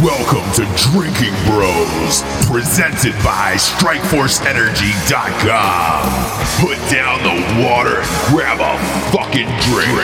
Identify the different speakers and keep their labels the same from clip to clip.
Speaker 1: Welcome to Drinking Bros, presented by StrikeForceEnergy.com. Put down the water and grab a fucking drink.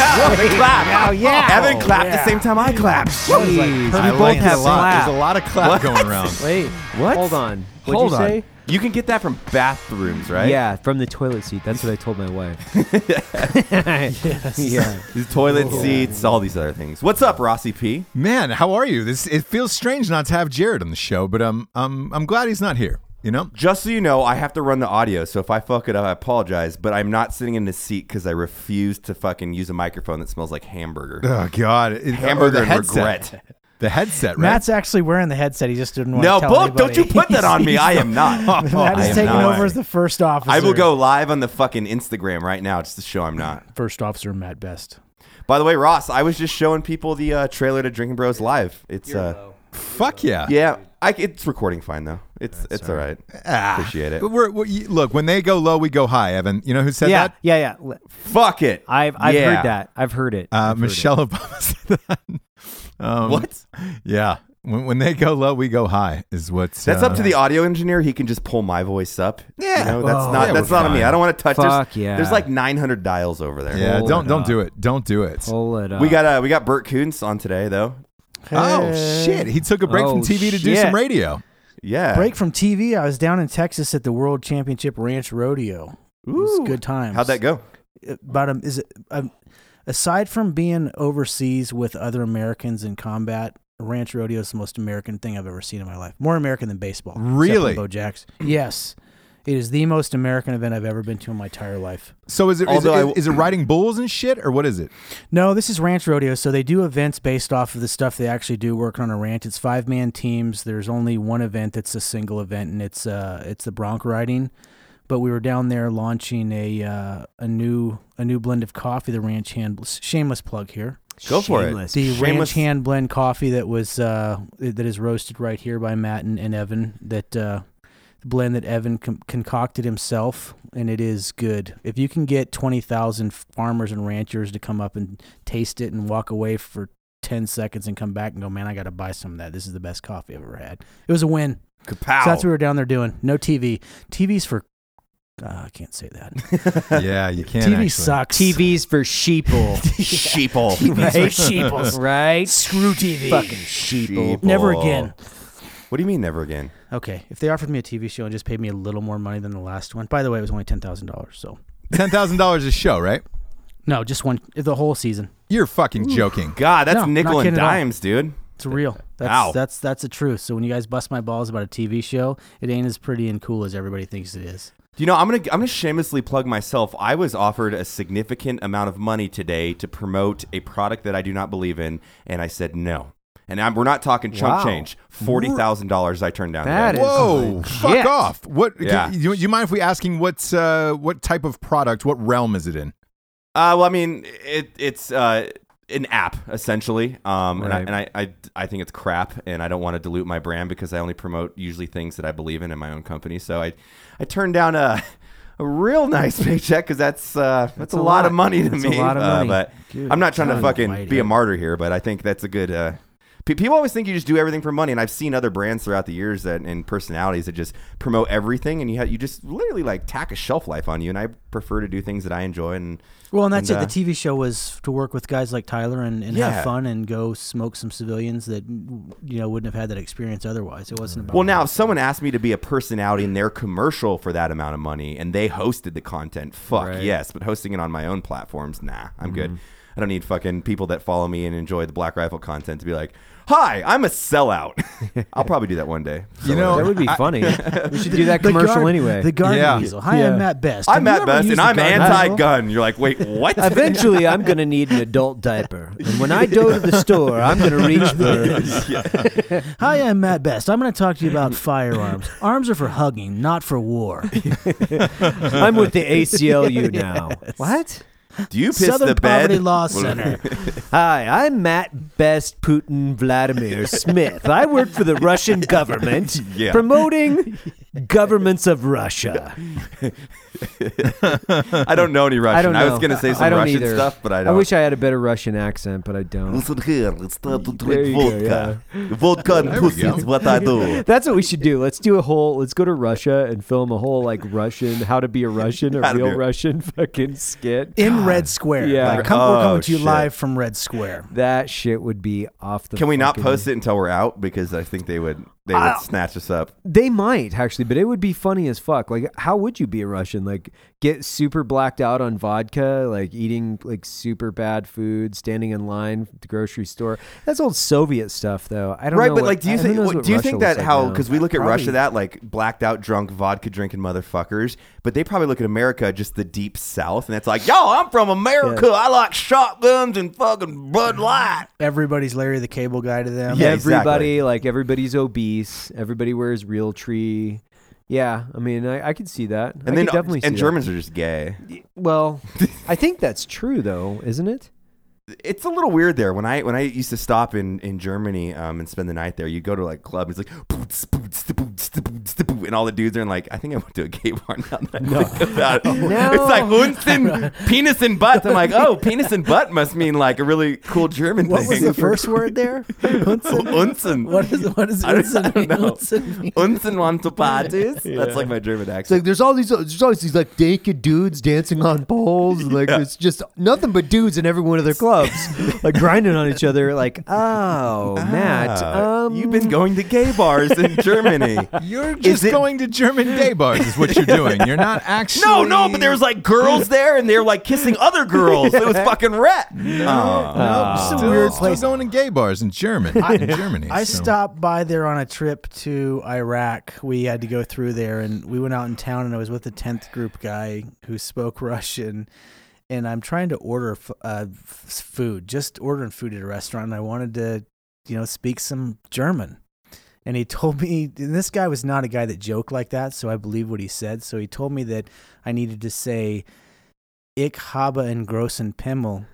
Speaker 2: Evan clapped.
Speaker 3: Oh, yeah.
Speaker 2: Evan clapped
Speaker 3: Yeah.
Speaker 2: the same time I clapped.
Speaker 3: Jeez.
Speaker 2: Jeez.
Speaker 3: I
Speaker 4: We
Speaker 3: like
Speaker 4: both
Speaker 3: that
Speaker 4: have
Speaker 3: a
Speaker 4: a
Speaker 3: lot.
Speaker 4: lot.
Speaker 3: Clap.
Speaker 4: There's a lot of clap going around.
Speaker 3: Wait.
Speaker 4: What?
Speaker 3: Hold on. What'd
Speaker 4: Hold
Speaker 3: you
Speaker 4: on.
Speaker 3: say?
Speaker 4: You can get that from bathrooms, right?
Speaker 5: Yeah, from the toilet seat. That's what I told my wife. yes. Yeah.
Speaker 4: The toilet seats, all these other things. What's up, Rossi P?
Speaker 6: Man, how are you? This it feels strange not to have Jared on the show, but um, um I'm glad he's not here. You know,
Speaker 4: Just so you know, I have to run the audio, so if I fuck it up, I apologize. But I'm not sitting in the seat because I refuse to fucking use a microphone that smells like hamburger.
Speaker 6: oh god, it, or
Speaker 4: hamburger
Speaker 6: the
Speaker 4: and
Speaker 6: headset.
Speaker 4: regret.
Speaker 6: The headset, right?
Speaker 3: Matt's actually wearing the headset. He just didn't want
Speaker 4: No,
Speaker 3: to tell
Speaker 4: Buck, don't you
Speaker 3: anybody.
Speaker 4: put that on me. I am not.
Speaker 3: Matt
Speaker 4: I
Speaker 3: is
Speaker 4: am
Speaker 3: taking
Speaker 4: not.
Speaker 3: over as the first officer.
Speaker 4: I will go live on the fucking Instagram right now just to show I'm not.
Speaker 3: First officer Matt Best.
Speaker 4: By the way, Ross, I was just showing people the uh, trailer to Drinking Bros Live. It's uh,
Speaker 6: Fuck yeah,
Speaker 4: yeah, I, it's recording fine though. It's it's all right. Appreciate it.
Speaker 6: Ah. But we're, we're you- look when they go low, we go high. Evan, you know who said
Speaker 5: Yeah.
Speaker 6: that?
Speaker 5: Yeah. Yeah. L-
Speaker 4: Fuck it.
Speaker 5: I've I've
Speaker 4: Yeah.
Speaker 5: heard that. I've heard it.
Speaker 6: Uh, Michelle Obama said that. Um,
Speaker 4: What?
Speaker 6: Yeah, when, when they go low, we go high is what's
Speaker 4: That's
Speaker 6: uh,
Speaker 4: up to the audio engineer. He can just pull my voice up.
Speaker 6: Yeah.
Speaker 4: you know, that's
Speaker 6: Oh.
Speaker 4: not
Speaker 6: Yeah,
Speaker 4: that's
Speaker 6: we're
Speaker 4: not on me.
Speaker 6: fine.
Speaker 4: I don't want to touch.
Speaker 5: Fuck
Speaker 4: there's,
Speaker 5: yeah.
Speaker 4: There's like 900 dials over there.
Speaker 6: Yeah,
Speaker 5: Hold
Speaker 6: don't
Speaker 5: it
Speaker 6: don't
Speaker 5: up.
Speaker 6: do it. Don't do it.
Speaker 5: Pull it up.
Speaker 4: We got uh, we got Bert Koontz on today though.
Speaker 6: Oh shit, he took a break from
Speaker 5: Oh,
Speaker 6: TV to do
Speaker 3: shit.
Speaker 6: some radio.
Speaker 4: Yeah,
Speaker 3: Break from TV. I was down in Texas at the World Championship Ranch Rodeo. It was
Speaker 4: Ooh.
Speaker 3: good times.
Speaker 4: How'd that go?
Speaker 3: But um, is it um, aside from being overseas with other Americans in combat? Ranch rodeo is the most American thing I've ever seen in my life. More American than baseball. except for
Speaker 6: Really?
Speaker 3: Bo Jack's. Yes, it is the most American event I've ever been to in my entire life.
Speaker 6: So is it is, it,
Speaker 4: Although I w-
Speaker 6: is it riding bulls and shit or what is it?
Speaker 3: No, this is ranch rodeo. So they do events based off of the stuff they actually do working on a ranch. It's five man teams. There's only one event that's a single event, and it's uh it's the bronc riding. But we were down there launching a uh, a new a new blend of coffee. The ranch hand shameless plug here.
Speaker 4: Go for it.
Speaker 5: Shameless.
Speaker 3: The ranch
Speaker 4: Shameless-
Speaker 3: hand blend coffee that was uh that is roasted right here by Matt and, and Evan. That uh, blend that Evan con- concocted himself, and it is good. If you can get 20,000 farmers and ranchers to come up and taste it and walk away for 10 seconds and come back and go, man, I got to buy some of that. This is the best coffee I've ever had. It was a win.
Speaker 4: Kapow.
Speaker 3: So that's what we were down there doing. No TV. TV's for, uh, I can't say that.
Speaker 6: yeah, you can't.
Speaker 3: TV
Speaker 6: actually.
Speaker 3: sucks.
Speaker 5: TV's for sheeple.
Speaker 4: Sheeple.
Speaker 3: Right? Sheeples.
Speaker 5: right?
Speaker 3: Screw TV.
Speaker 5: Fucking sheeple.
Speaker 4: Sheeple.
Speaker 3: Never again.
Speaker 4: What do you mean never again?
Speaker 3: Okay. If they offered me a TV show and just paid me a little more money than the last one, by the way, it was only $10,000. So,
Speaker 6: Ten thousand dollars a show, right?
Speaker 3: no, just one, the whole season.
Speaker 6: You're fucking joking.
Speaker 4: God, that's
Speaker 3: No, not
Speaker 4: nickel and
Speaker 3: kidding at all.
Speaker 4: dimes, dude.
Speaker 3: It's real. That's
Speaker 4: Ow.
Speaker 3: that's that's the truth. So when you guys bust my balls about a TV show, it ain't as pretty and cool as everybody thinks it is.
Speaker 4: You know, I'm gonna I'm gonna shamelessly plug myself. I was offered a significant amount of money today to promote a product that I do not believe in, and I said no. And I'm, we're not talking chump
Speaker 5: Wow.
Speaker 4: change. Forty thousand dollars I turned down.
Speaker 5: That
Speaker 4: today.
Speaker 5: is-
Speaker 6: Whoa! Fuck
Speaker 5: Shit.
Speaker 6: off! What?
Speaker 4: Yeah.
Speaker 6: Can, you, you mind if we asking what's uh, what type of product? What realm is it in?
Speaker 4: Uh, well, I mean, it it's uh, an app essentially, um,
Speaker 5: Right.
Speaker 4: and, I, and I, I I think it's crap, and I don't want to dilute my brand because I only promote usually things that I believe in in my own company. So I I turned down a a real nice paycheck because that's uh, that's, a,
Speaker 5: a
Speaker 4: lot. of
Speaker 5: lot.
Speaker 4: money to
Speaker 5: That's a
Speaker 4: me.
Speaker 5: lot of
Speaker 4: uh,
Speaker 5: money.
Speaker 4: but
Speaker 5: Good
Speaker 4: I'm not trying to
Speaker 3: God
Speaker 4: fucking
Speaker 3: almighty.
Speaker 4: be a martyr here, but I think that's a good. Uh, pe- People always think you just do everything for money, and I've seen other brands throughout the years that and personalities that just promote everything, and you ha- you just literally like tack a shelf life on you. And I prefer to do things that I enjoy and
Speaker 3: Well, and that's
Speaker 4: And,
Speaker 3: it.
Speaker 4: uh,
Speaker 3: the TV show was to work with guys like Tyler and, and
Speaker 4: Yeah.
Speaker 3: have fun and go smoke some civilians that you know wouldn't have had that experience otherwise. It wasn't about
Speaker 4: Well, now if someone asked me to be a personality in their commercial for that amount of money and they hosted the content, fuck
Speaker 5: Right.
Speaker 4: yes. But hosting it on my own platforms, nah, I'm good. I don't need fucking people that follow me and enjoy the Black Rifle content to be like, "Hi, I'm a sellout." I'll probably do that one day.
Speaker 6: You know,
Speaker 5: That would be funny. we should do that
Speaker 3: The
Speaker 5: commercial
Speaker 3: guard-
Speaker 5: anyway.
Speaker 3: The garden
Speaker 6: Yeah.
Speaker 3: weasel. Hi,
Speaker 5: Yeah.
Speaker 3: I'm Matt Best.
Speaker 4: I'm
Speaker 3: Have
Speaker 4: at
Speaker 3: you ever
Speaker 4: best, and
Speaker 3: used the
Speaker 4: I'm
Speaker 3: garden weasel?
Speaker 4: anti-gun. You're like, wait, what?
Speaker 5: Eventually, I'm going to need an adult diaper. And when I go to the store, I'm going to reach for
Speaker 3: Hi, I'm Matt Best. I'm going to talk to you about firearms. Arms are for hugging, not for war.
Speaker 5: I'm with the ACLU now. What?
Speaker 4: do you piss
Speaker 3: Southern
Speaker 4: the bed?
Speaker 3: Poverty Law Center.
Speaker 5: Hi, I'm Matt Best Putin Vladimir Smith. I work for the Russian government
Speaker 4: Yeah.
Speaker 5: promoting governments of Russia.
Speaker 4: I don't know any Russian.
Speaker 2: I don't know.
Speaker 4: was going to say some
Speaker 2: I don't
Speaker 4: Russian
Speaker 2: either.
Speaker 4: stuff, but I don't.
Speaker 2: I wish I had a better Russian accent, but I don't.
Speaker 4: Listen here, it's time to
Speaker 2: There
Speaker 4: drink
Speaker 2: you go,
Speaker 4: vodka. Vodka and
Speaker 6: There we
Speaker 4: pussy
Speaker 6: go.
Speaker 4: is what I do.
Speaker 2: That's what we should do. Let's do a whole. Let's go to Russia and film a whole like Russian, how to be a Russian, a
Speaker 4: How to be
Speaker 2: real
Speaker 4: a-
Speaker 2: Russian fucking skit.
Speaker 3: in Red Square.
Speaker 2: Yeah.
Speaker 3: Like, come, we're
Speaker 4: Oh,
Speaker 3: coming to you
Speaker 4: shit.
Speaker 3: live from Red Square.
Speaker 2: That shit would be off the.
Speaker 4: Can we not
Speaker 2: fucking-
Speaker 4: post it until we're out? Because I think they would they would snatch us up.
Speaker 2: They might actually, but it would be funny as fuck. Like, how would you be a Russian? Like, get super blacked out on vodka, like eating like super bad food, standing in line at the grocery store. That's old Soviet stuff, though. I don't
Speaker 4: Right,
Speaker 2: know
Speaker 4: but
Speaker 2: what-
Speaker 4: like, do you
Speaker 2: I- who
Speaker 4: think
Speaker 2: knows
Speaker 4: what-
Speaker 2: what
Speaker 4: do you
Speaker 2: Russia
Speaker 4: think
Speaker 2: looks
Speaker 4: that
Speaker 2: like
Speaker 4: how
Speaker 2: now.
Speaker 4: because we look at Russia
Speaker 3: Probably.
Speaker 4: that like blacked out drunk vodka drinking motherfuckers, but they probably look at America just the deep South, and it's like, yo, I'm from America. I like shotguns and fucking Bud Light.
Speaker 3: Everybody's Larry the Cable Guy to them.
Speaker 4: Yeah,
Speaker 2: everybody
Speaker 4: exactly.
Speaker 2: like everybody's obese everybody wears real tree yeah i mean i, I could see that
Speaker 4: And
Speaker 2: I
Speaker 4: then uh,
Speaker 2: could definitely
Speaker 4: and
Speaker 2: see
Speaker 4: Germans are just gay.
Speaker 2: that. well i think that's true though isn't it
Speaker 4: it's a little weird there. When I when I used to stop in in Germany um, and spend the night there, you go to like club, it's like boots, boots, da, boots, da, boots, da, boo, and all the dudes are in like, I think I went to a gay bar now. That I think about it.
Speaker 2: No.
Speaker 4: It's like Hunsen, penis and butt. I'm like, oh, penis and butt must mean like a really cool German
Speaker 3: What was
Speaker 4: thing.
Speaker 3: the first word there? Unsen?
Speaker 4: Unsen.
Speaker 3: What is what is
Speaker 4: I don't- I
Speaker 3: Unsen
Speaker 4: don't
Speaker 3: mean?
Speaker 4: know.
Speaker 3: Unsen mean?
Speaker 4: Unsen want to parties? That's like my German
Speaker 5: It's like
Speaker 4: accent.
Speaker 5: there's all these there's always these like naked dudes dancing on poles. and, Like
Speaker 4: Yeah.
Speaker 5: it's just nothing but dudes in every one of their clubs, like grinding on each other. Like
Speaker 2: oh matt
Speaker 4: Ah,
Speaker 2: um
Speaker 4: you've been going to gay bars in Germany.
Speaker 6: You're just
Speaker 4: it-
Speaker 6: going to German gay bars, is what you're doing. You're not actually.
Speaker 4: No, no, but there was like girls there, and they were like kissing other girls. It was fucking rat. No, Uh,
Speaker 6: No, it's a weird place. Still going to gay bars in German. in Germany.
Speaker 3: I
Speaker 6: so.
Speaker 3: stopped by there on a trip to Iraq. We had to go through there, and we went out in town, and I was with the tenth group guy who spoke Russian. And I'm trying to order f- uh, f- food, just ordering food at a restaurant. And I wanted to, you know, speak some German. And he told me, and this guy was not a guy that joked like that, so I believe what he said. So he told me that I needed to say, "Ich habe einen großen Pimmel,"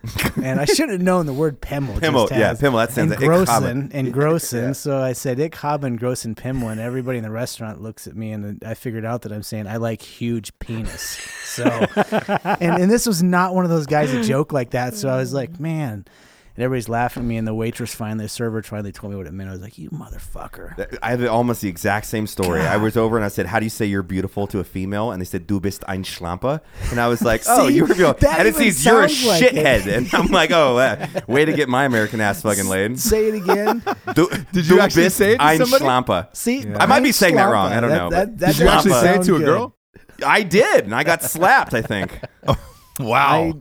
Speaker 3: and I should have known the word Pimmel.
Speaker 4: Pimmel,
Speaker 3: just
Speaker 4: yeah,
Speaker 3: has-
Speaker 4: Pimmel. That sounds like
Speaker 3: and
Speaker 4: Ich habe.
Speaker 3: Grossen and Grossen. So I said Ich habe and Grossen Pimmel, and everybody in the restaurant looks at me, and then I figured out that I'm saying I like huge penis. So, and and this was not one of those guys that joke like that. So I was like, man. And everybody's laughing at me, and the waitress finally, the server finally told me what it meant. I was like, "You motherfucker!"
Speaker 4: I have almost the exact same story. I was over and I said, "How do you say you're beautiful to a female?" And they said, "Du bist ein Schlampe," and I was like, "Oh,
Speaker 3: See,
Speaker 4: you're beautiful."
Speaker 3: that
Speaker 4: And it
Speaker 3: even
Speaker 4: says, "You're a
Speaker 3: sounds like it.
Speaker 4: shithead," and I'm like, "Oh, uh, way to get my American ass fucking laid."
Speaker 3: Say it again.
Speaker 4: Du,
Speaker 6: Did you
Speaker 4: du
Speaker 6: actually
Speaker 4: bist
Speaker 6: say it to
Speaker 4: ein
Speaker 6: somebody?
Speaker 4: Schlampe.
Speaker 3: See,
Speaker 4: I might be
Speaker 3: Ein
Speaker 4: saying that
Speaker 3: Schlampe.
Speaker 4: wrong. I don't know, but-
Speaker 6: Did you
Speaker 3: doesn't
Speaker 6: actually say it
Speaker 3: sound
Speaker 6: to a
Speaker 3: good.
Speaker 6: girl?
Speaker 4: I did, and I got slapped. I think.
Speaker 6: Wow.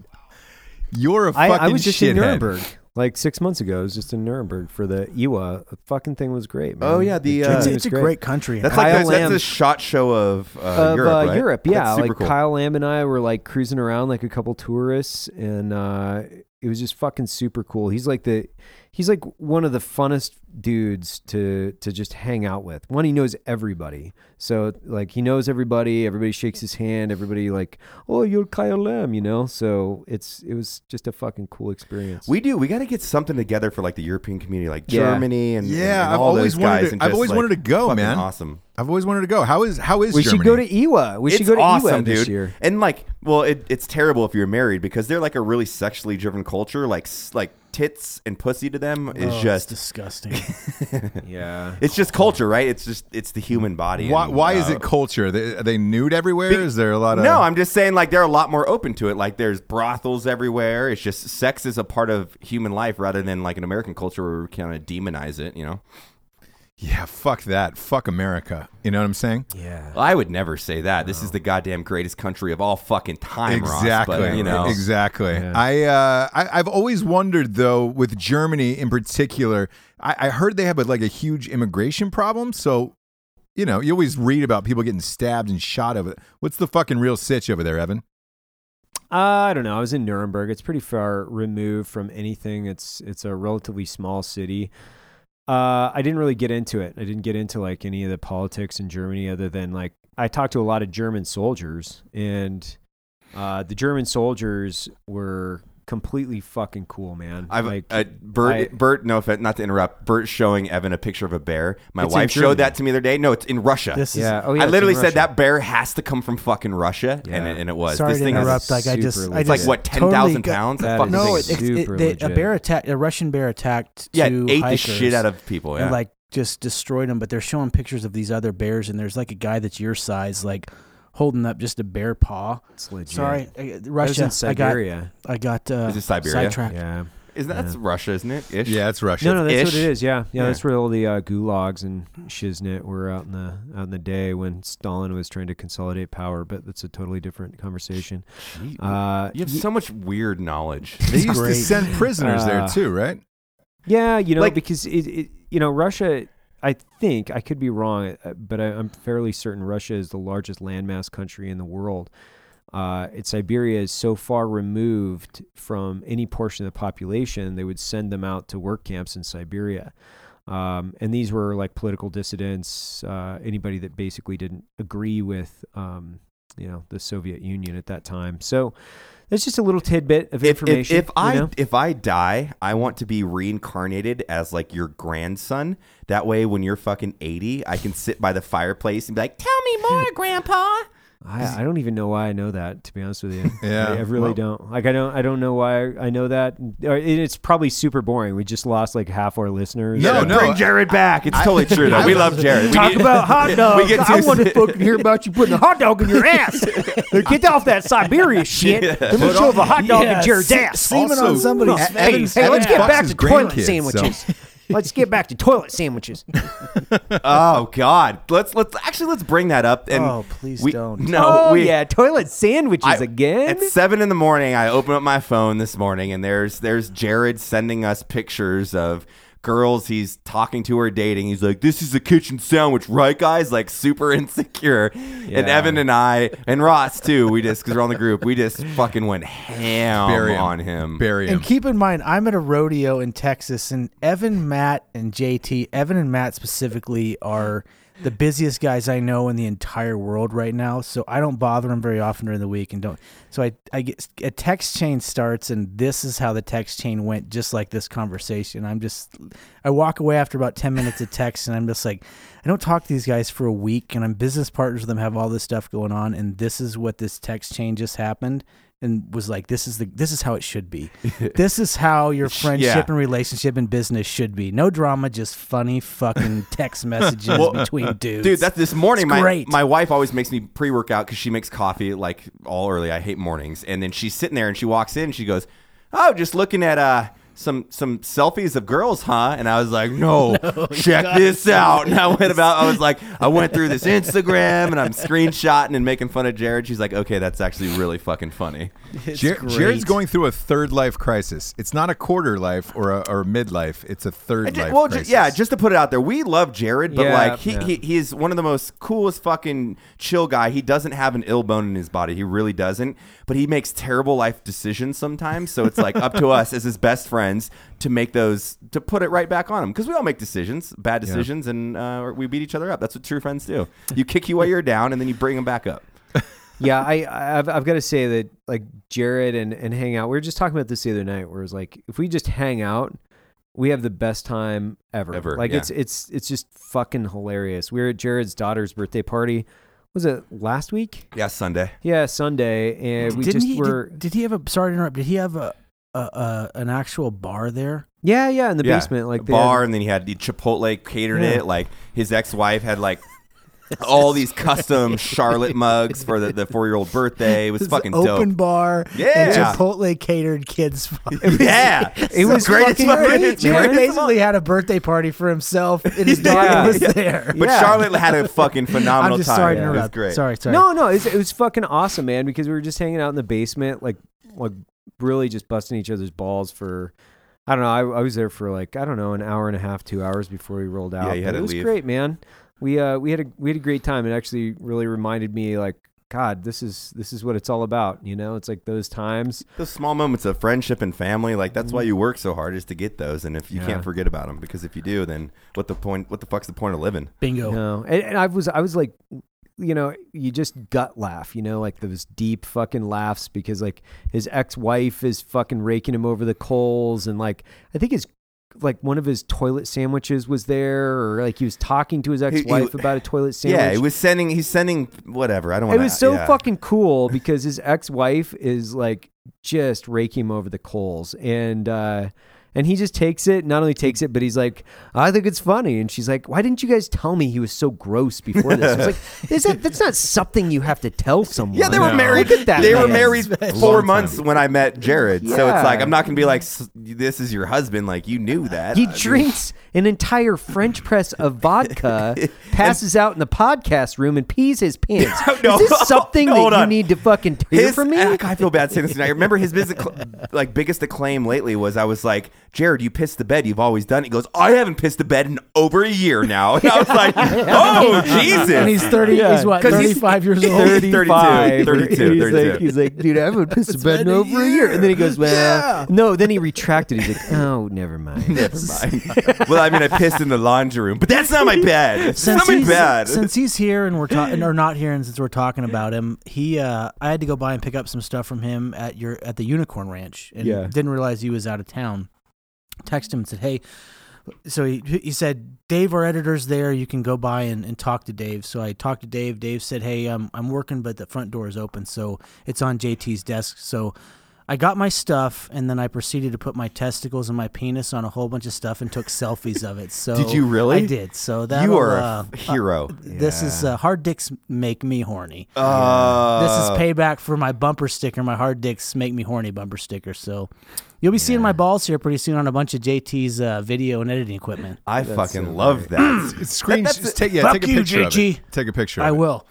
Speaker 6: you're a
Speaker 2: I,
Speaker 6: fucking
Speaker 2: I was just
Speaker 6: shithead.
Speaker 2: in nuremberg like six months ago i was just in nuremberg for the
Speaker 5: E
Speaker 2: iwa the fucking thing was great man.
Speaker 4: Oh, yeah, the, uh,
Speaker 3: It's,
Speaker 2: Germany
Speaker 3: it's
Speaker 2: was
Speaker 3: a great country.
Speaker 4: That's
Speaker 2: Kyle
Speaker 4: like the, that's
Speaker 2: Lamb-
Speaker 4: the shot show of, uh,
Speaker 2: of
Speaker 4: Europe,
Speaker 2: uh,
Speaker 4: right?
Speaker 2: Europe.
Speaker 4: That's
Speaker 2: Yeah,
Speaker 4: super
Speaker 2: like
Speaker 4: cool.
Speaker 2: Kyle Lamb and I were like cruising around like a couple tourists, and uh, it was just fucking super cool. He's like the he's like one of the funnest dudes to to just hang out with. One, he knows everybody, so like he knows everybody. Everybody shakes his hand. Everybody like, oh, you're Kyle Lamb, you know. So it's it was just a fucking cool experience.
Speaker 4: We do. We got to get something together for like the European community, like
Speaker 2: Yeah.
Speaker 4: Germany and and-
Speaker 6: Yeah,
Speaker 4: and
Speaker 6: I've
Speaker 4: all
Speaker 6: always
Speaker 4: those
Speaker 6: wanted
Speaker 4: guys.
Speaker 6: to-
Speaker 4: and
Speaker 6: I've
Speaker 4: just,
Speaker 6: always
Speaker 4: like,
Speaker 6: wanted to go,
Speaker 4: fucking
Speaker 6: man.
Speaker 4: Awesome.
Speaker 6: I've always wanted to go. How is how is
Speaker 2: we
Speaker 6: Germany?
Speaker 2: should go to Iwa. We should
Speaker 4: it's
Speaker 2: go to
Speaker 4: awesome,
Speaker 2: Iwa this
Speaker 4: dude.
Speaker 2: year.
Speaker 4: And like, well, it, it's terrible if you're married because they're like a really sexually driven culture. Like, s- like tits and pussy to them is
Speaker 3: Oh, it's
Speaker 4: just. It's,
Speaker 3: disgusting.
Speaker 2: Yeah.
Speaker 4: just culture, right? It's just it's the human body.
Speaker 6: Why,
Speaker 4: and,
Speaker 6: why
Speaker 4: uh,
Speaker 6: is it culture? They, are they nude everywhere? is there a lot of
Speaker 4: No, I'm just saying like they're a lot more open to it. Like there's brothels everywhere. It's just sex is a part of human life rather than like an American culture where we kind of demonize it. You know,
Speaker 6: yeah, fuck that, fuck America. You know what I'm saying?
Speaker 2: Yeah.
Speaker 4: I would never say that. This is the goddamn greatest country of all fucking time. Ross, but,
Speaker 6: exactly
Speaker 4: you know,
Speaker 6: exactly I, uh, I i've always wondered though with germany in particular i, I heard they have a, like a huge immigration problem so you know you always read about people getting stabbed and shot over what's the fucking real sitch over there evan
Speaker 2: Uh, I don't know. I was in Nuremberg. It's pretty far removed from anything. It's it's a relatively small city. Uh, I didn't really get into it. I didn't get into like any of the politics in Germany, other than like I talked to a lot of German soldiers, and uh, the German soldiers were completely fucking cool, man.
Speaker 4: I've
Speaker 2: like,
Speaker 4: uh, Bert.
Speaker 2: I-
Speaker 4: Bert, no offense, not to interrupt. Bert showing Evan a picture of a bear. My
Speaker 2: It's in
Speaker 4: wife
Speaker 2: Germany.
Speaker 4: showed that to me the other day. No, it's in Russia.
Speaker 3: This is
Speaker 2: yeah. Oh, yeah.
Speaker 4: I
Speaker 2: it's
Speaker 4: literally
Speaker 2: in
Speaker 4: said
Speaker 2: Russia.
Speaker 4: that bear has to come from fucking Russia, and, it, and it was.
Speaker 3: Sorry
Speaker 4: this
Speaker 3: to
Speaker 4: thing has-
Speaker 3: interrupt. Like I
Speaker 2: super
Speaker 3: just, I
Speaker 2: legit.
Speaker 3: just
Speaker 4: It's like what ten
Speaker 3: totally
Speaker 4: thousand
Speaker 3: got-
Speaker 4: pounds.
Speaker 2: That
Speaker 4: That fucking
Speaker 2: is
Speaker 3: No,
Speaker 4: thing
Speaker 3: it's,
Speaker 4: is-
Speaker 3: it's it,
Speaker 2: super
Speaker 3: they, a
Speaker 2: legit.
Speaker 3: bear attacked. A Russian bear attacked.
Speaker 4: yeah,
Speaker 3: two
Speaker 4: it ate the
Speaker 3: hikers
Speaker 4: shit out of people. Yeah.
Speaker 3: and like just destroyed them. But they're showing pictures of these other bears, and there's like a guy that's your size, like holding up just a bear paw.
Speaker 2: It's legit.
Speaker 3: Sorry, I-
Speaker 2: That was
Speaker 3: Russia.
Speaker 2: in Siberia.
Speaker 3: I got. I got. Uh,
Speaker 4: Is it Siberia?
Speaker 3: Sidetracked.
Speaker 2: yeah.
Speaker 4: isn't that that's Russia? Isn't it? Ish.
Speaker 6: Yeah, it's Russia.
Speaker 2: No, no, that's what
Speaker 4: Ish.
Speaker 2: it is. Yeah. yeah,
Speaker 4: Yeah.
Speaker 2: that's where all the uh, gulags and shiznit were out in the out in the day when Stalin was trying to consolidate power. But that's a totally different conversation.
Speaker 4: You-
Speaker 2: Uh,
Speaker 4: you have
Speaker 2: y-
Speaker 4: so much weird knowledge.
Speaker 6: They used to
Speaker 3: great.
Speaker 6: send prisoners there
Speaker 2: Uh,
Speaker 6: too, right?
Speaker 2: yeah, you know,
Speaker 4: Like-
Speaker 2: because it, it, you know, Russia. I think I could be wrong, uh, but I, I'm fairly certain Russia is the largest landmass country in the world. Uh, it, Siberia is so far removed from any portion of the population, they would send them out to work camps in Siberia. Um, and these were like political dissidents, uh, anybody that basically didn't agree with, um, you know, the Soviet Union at that time. So that's just a little tidbit of
Speaker 4: If, if,
Speaker 2: information.
Speaker 4: if
Speaker 2: you
Speaker 4: I
Speaker 2: know?
Speaker 4: if I die, I want to be reincarnated as like your grandson. That way, when you're fucking eighty, I can sit by the fireplace and be like, "Tell me more, Grandpa."
Speaker 2: I, I don't even know why I know that. To be honest with you,
Speaker 6: Yeah,
Speaker 2: I, I really
Speaker 6: well-
Speaker 2: don't. Like I don't I don't know why I know that. Or it- It's probably super boring. We just lost like half our listeners.
Speaker 6: No,
Speaker 2: So-
Speaker 6: no.
Speaker 4: Bring Jared back. It's totally true though. we love Jared. We
Speaker 5: Talk
Speaker 4: need-
Speaker 5: about hot dogs.
Speaker 4: get
Speaker 5: I
Speaker 4: to-
Speaker 5: want to fucking hear about you putting a hot dog in your ass. Get off that Siberia shit. Let me shove a hot dog
Speaker 3: Yeah,
Speaker 5: in your
Speaker 3: se-
Speaker 5: ass.
Speaker 3: semen on somebody's
Speaker 6: E-
Speaker 5: Hey,
Speaker 6: Evan's-
Speaker 5: hey, let's
Speaker 6: Evan
Speaker 5: get
Speaker 6: fucks
Speaker 5: back
Speaker 6: his
Speaker 5: to toilet
Speaker 6: grandkids, so-
Speaker 5: sandwiches. Let's get back to toilet sandwiches.
Speaker 4: Oh God. Let's let's actually let's bring that up. And
Speaker 3: Oh, please
Speaker 4: we-
Speaker 3: don't.
Speaker 4: No,
Speaker 5: oh
Speaker 4: we,
Speaker 5: yeah, toilet sandwiches
Speaker 4: I-
Speaker 5: again.
Speaker 4: At seven in the morning, I open up my phone this morning, and there's there's Jared sending us pictures of girls he's talking to or dating. He's like, "This is a kitchen sandwich, right, guys?" Like super insecure. And Evan and I and Ross too. We just because we're on the group, we just fucking went ham
Speaker 6: Bury him.
Speaker 4: on him.
Speaker 6: Bury him.
Speaker 3: And keep in mind, I'm at a rodeo in Texas, and Evan, Matt, and JT, Evan and Matt specifically are the busiest guys I know in the entire world right now. So I don't bother them very often during the week, and don't. So I, I get a text chain starts, and this is how the text chain went, just like this conversation. I'm just, I walk away after about ten minutes of text, and I'm just like, I don't talk to these guys for a week, and I'm business partners with them, have all this stuff going on, and this is what this text chain just happened and was like, "This is the this is how it should be. this is how your friendship and relationship and business should be. No drama, just funny fucking text messages
Speaker 4: Well,
Speaker 3: between dudes."
Speaker 4: Dude, that's this morning.
Speaker 3: It's
Speaker 4: my
Speaker 3: great.
Speaker 4: my wife always makes me pre workout because she makes coffee like all early. I hate mornings. And then she's sitting there and she walks in. And she goes, "Oh, just looking at uh some some selfies of girls, huh?" And I was like, "No, check this out." And I went about. I was like, I went through this Instagram and I'm screenshotting and making fun of Jared. She's like, "Okay, that's actually really fucking funny."
Speaker 6: Jer- Jared's going through a third life crisis. It's not a quarter life or a, or a midlife. It's a third
Speaker 4: Ju-
Speaker 6: life.
Speaker 4: well, ju-
Speaker 6: crisis.
Speaker 4: yeah, just to put it out there, we love Jared, but
Speaker 2: Yeah,
Speaker 4: like he,
Speaker 2: yeah.
Speaker 4: he he's one of the most coolest fucking chill guy. He doesn't have an ill bone in his body. He really doesn't. But he makes terrible life decisions sometimes. So it's like up to us as his best friends to make those to put it right back on him because we all make decisions, bad decisions, and uh, we beat each other up. That's what true friends do. You kick you while you're down, and then you bring them back up.
Speaker 2: yeah, I I've, I've got to say that like Jared and and hang out. We were just talking about this the other night, where it's like if we just hang out, we have the best time ever.
Speaker 4: Ever,
Speaker 2: like
Speaker 4: yeah.
Speaker 2: it's it's it's just fucking hilarious. We were at Jared's daughter's birthday party. Was it last week?
Speaker 4: Yeah, Sunday.
Speaker 2: Yeah, Sunday, and we
Speaker 3: Didn't
Speaker 2: just
Speaker 3: he,
Speaker 2: were.
Speaker 3: Did, did he have a? Sorry to interrupt. Did he have a, a, a an actual bar there?
Speaker 2: yeah, yeah, in the
Speaker 4: Yeah,
Speaker 2: basement, like they had-
Speaker 4: bar, and then he had the Chipotle catered
Speaker 3: Yeah.
Speaker 4: it. Like his ex-wife had like all these custom Charlotte mugs for the, the four-year-old birthday. It was
Speaker 3: This
Speaker 4: fucking
Speaker 3: open
Speaker 4: dope.
Speaker 3: bar. and
Speaker 4: Yeah.
Speaker 3: Chipotle catered kids. bar.
Speaker 4: Yeah,
Speaker 2: It was fucking great,
Speaker 4: it's great
Speaker 3: Jared
Speaker 4: as
Speaker 3: basically
Speaker 4: fuck.
Speaker 3: had a birthday party for himself, and his daughter
Speaker 2: Yeah.
Speaker 3: was
Speaker 4: Yeah.
Speaker 3: there.
Speaker 4: But
Speaker 2: Yeah.
Speaker 4: Charlotte had a fucking phenomenal
Speaker 3: I'm just
Speaker 4: time.
Speaker 3: sorry to
Speaker 4: It was
Speaker 3: interrupt.
Speaker 4: great.
Speaker 3: Sorry, sorry.
Speaker 2: No, no, it was, it was fucking awesome, man. Because we were just hanging out in the basement, like like really just busting each other's balls for. I don't know. I, I was there for like I don't know an hour and a half, two hours before we rolled out.
Speaker 4: you
Speaker 2: but
Speaker 4: had
Speaker 2: it
Speaker 4: to
Speaker 2: was
Speaker 4: leave.
Speaker 2: great, man. We uh we had a we had a great time. It actually really reminded me like God, this is this is what it's all about. You know, it's like those times.
Speaker 4: Those small moments of friendship and family, like that's why you work so hard is to get those. And if you
Speaker 2: Mm-hmm. Yeah.
Speaker 4: can't forget about them, because if you do, then what the point? What the fuck's the point of living?
Speaker 3: Bingo.
Speaker 2: No, and, and I was I was like you know, you just gut laugh, you know, like those deep fucking laughs because like his ex-wife is fucking raking him over the coals and like I think his like one of his toilet sandwiches was there or like he was talking to his
Speaker 4: he-
Speaker 2: ex-wife about a toilet sandwich.
Speaker 4: Yeah, he was sending. He's sending whatever. I don't want.
Speaker 2: It was so
Speaker 4: yeah.
Speaker 2: fucking cool because his ex-wife is like just raking him over the coals and uh and he just takes it, not only takes it, but he's like, I think it's funny. And she's like, Why didn't you guys tell me he was so gross before this? I was like, Is that that's not something you have to tell someone?
Speaker 4: Yeah, they were
Speaker 6: No.
Speaker 4: married.
Speaker 2: Look at that.
Speaker 4: They were
Speaker 2: man.
Speaker 4: married
Speaker 6: long
Speaker 4: four
Speaker 6: time.
Speaker 4: months when I met Jared. So
Speaker 2: Yeah.
Speaker 4: it's like I'm not gonna be like, "S- this is your husband. Like you knew that.
Speaker 2: He
Speaker 4: I mean,
Speaker 2: drinks an entire French press of vodka, passes out in the podcast room, and pees his pants.
Speaker 4: No.
Speaker 2: Is this something
Speaker 4: No, hold
Speaker 2: that you
Speaker 4: on.
Speaker 2: need to fucking hear
Speaker 4: His,
Speaker 2: from me?
Speaker 4: I, I feel bad saying this. I remember his biggest, acc- like biggest acclaim lately was I was like, Jared, you pissed the bed. You've always done it. He goes, I haven't pissed the bed in over a year now. And I was like, oh Jesus.
Speaker 3: And he's thirty. He's what?
Speaker 4: 'Cause he's-
Speaker 3: Thirty-five years old.
Speaker 4: 32, 32, 32,
Speaker 2: he's, Like, he's like, dude, I haven't pissed a bed in over a year. And then he goes, well, no. Then he retracted. He's like, oh, never mind.
Speaker 4: Never mind. well, I mean, I pissed in the laundry room, but that's not my bed. It's
Speaker 3: since
Speaker 4: not my
Speaker 3: he's,
Speaker 4: bed.
Speaker 3: since he's here and we're talking or not here and since we're talking about him, he uh I had to go by and pick up some stuff from him at your at the Unicorn Ranch and
Speaker 2: Yeah.
Speaker 3: didn't realize he was out of town. Text him and said, "Hey, so he he said, Dave, our editor's there. You can go by and, and talk to Dave." So I talked to Dave. Dave said, "Hey, um, I'm working, but the front door is open, so it's on JT's desk." So I got my stuff, and then I proceeded to put my testicles and my penis on a whole bunch of stuff and took selfies of it. So
Speaker 4: Did you really?
Speaker 3: I did. So that
Speaker 4: you are a
Speaker 3: uh,
Speaker 4: f- hero.
Speaker 3: this is uh, hard dicks make me horny.
Speaker 4: Uh,
Speaker 3: this is payback for my bumper sticker, my hard dicks make me horny bumper sticker. So you'll be seeing my balls here pretty soon on a bunch of JT's uh, video and editing equipment.
Speaker 4: I fucking love that.
Speaker 6: It's screen.
Speaker 4: That- that's
Speaker 6: just
Speaker 4: it.
Speaker 6: take, yeah,
Speaker 3: Fuck
Speaker 6: take a
Speaker 3: you,
Speaker 6: picture of
Speaker 3: JG.
Speaker 6: it. Take a picture.
Speaker 3: I
Speaker 6: of it.
Speaker 3: will.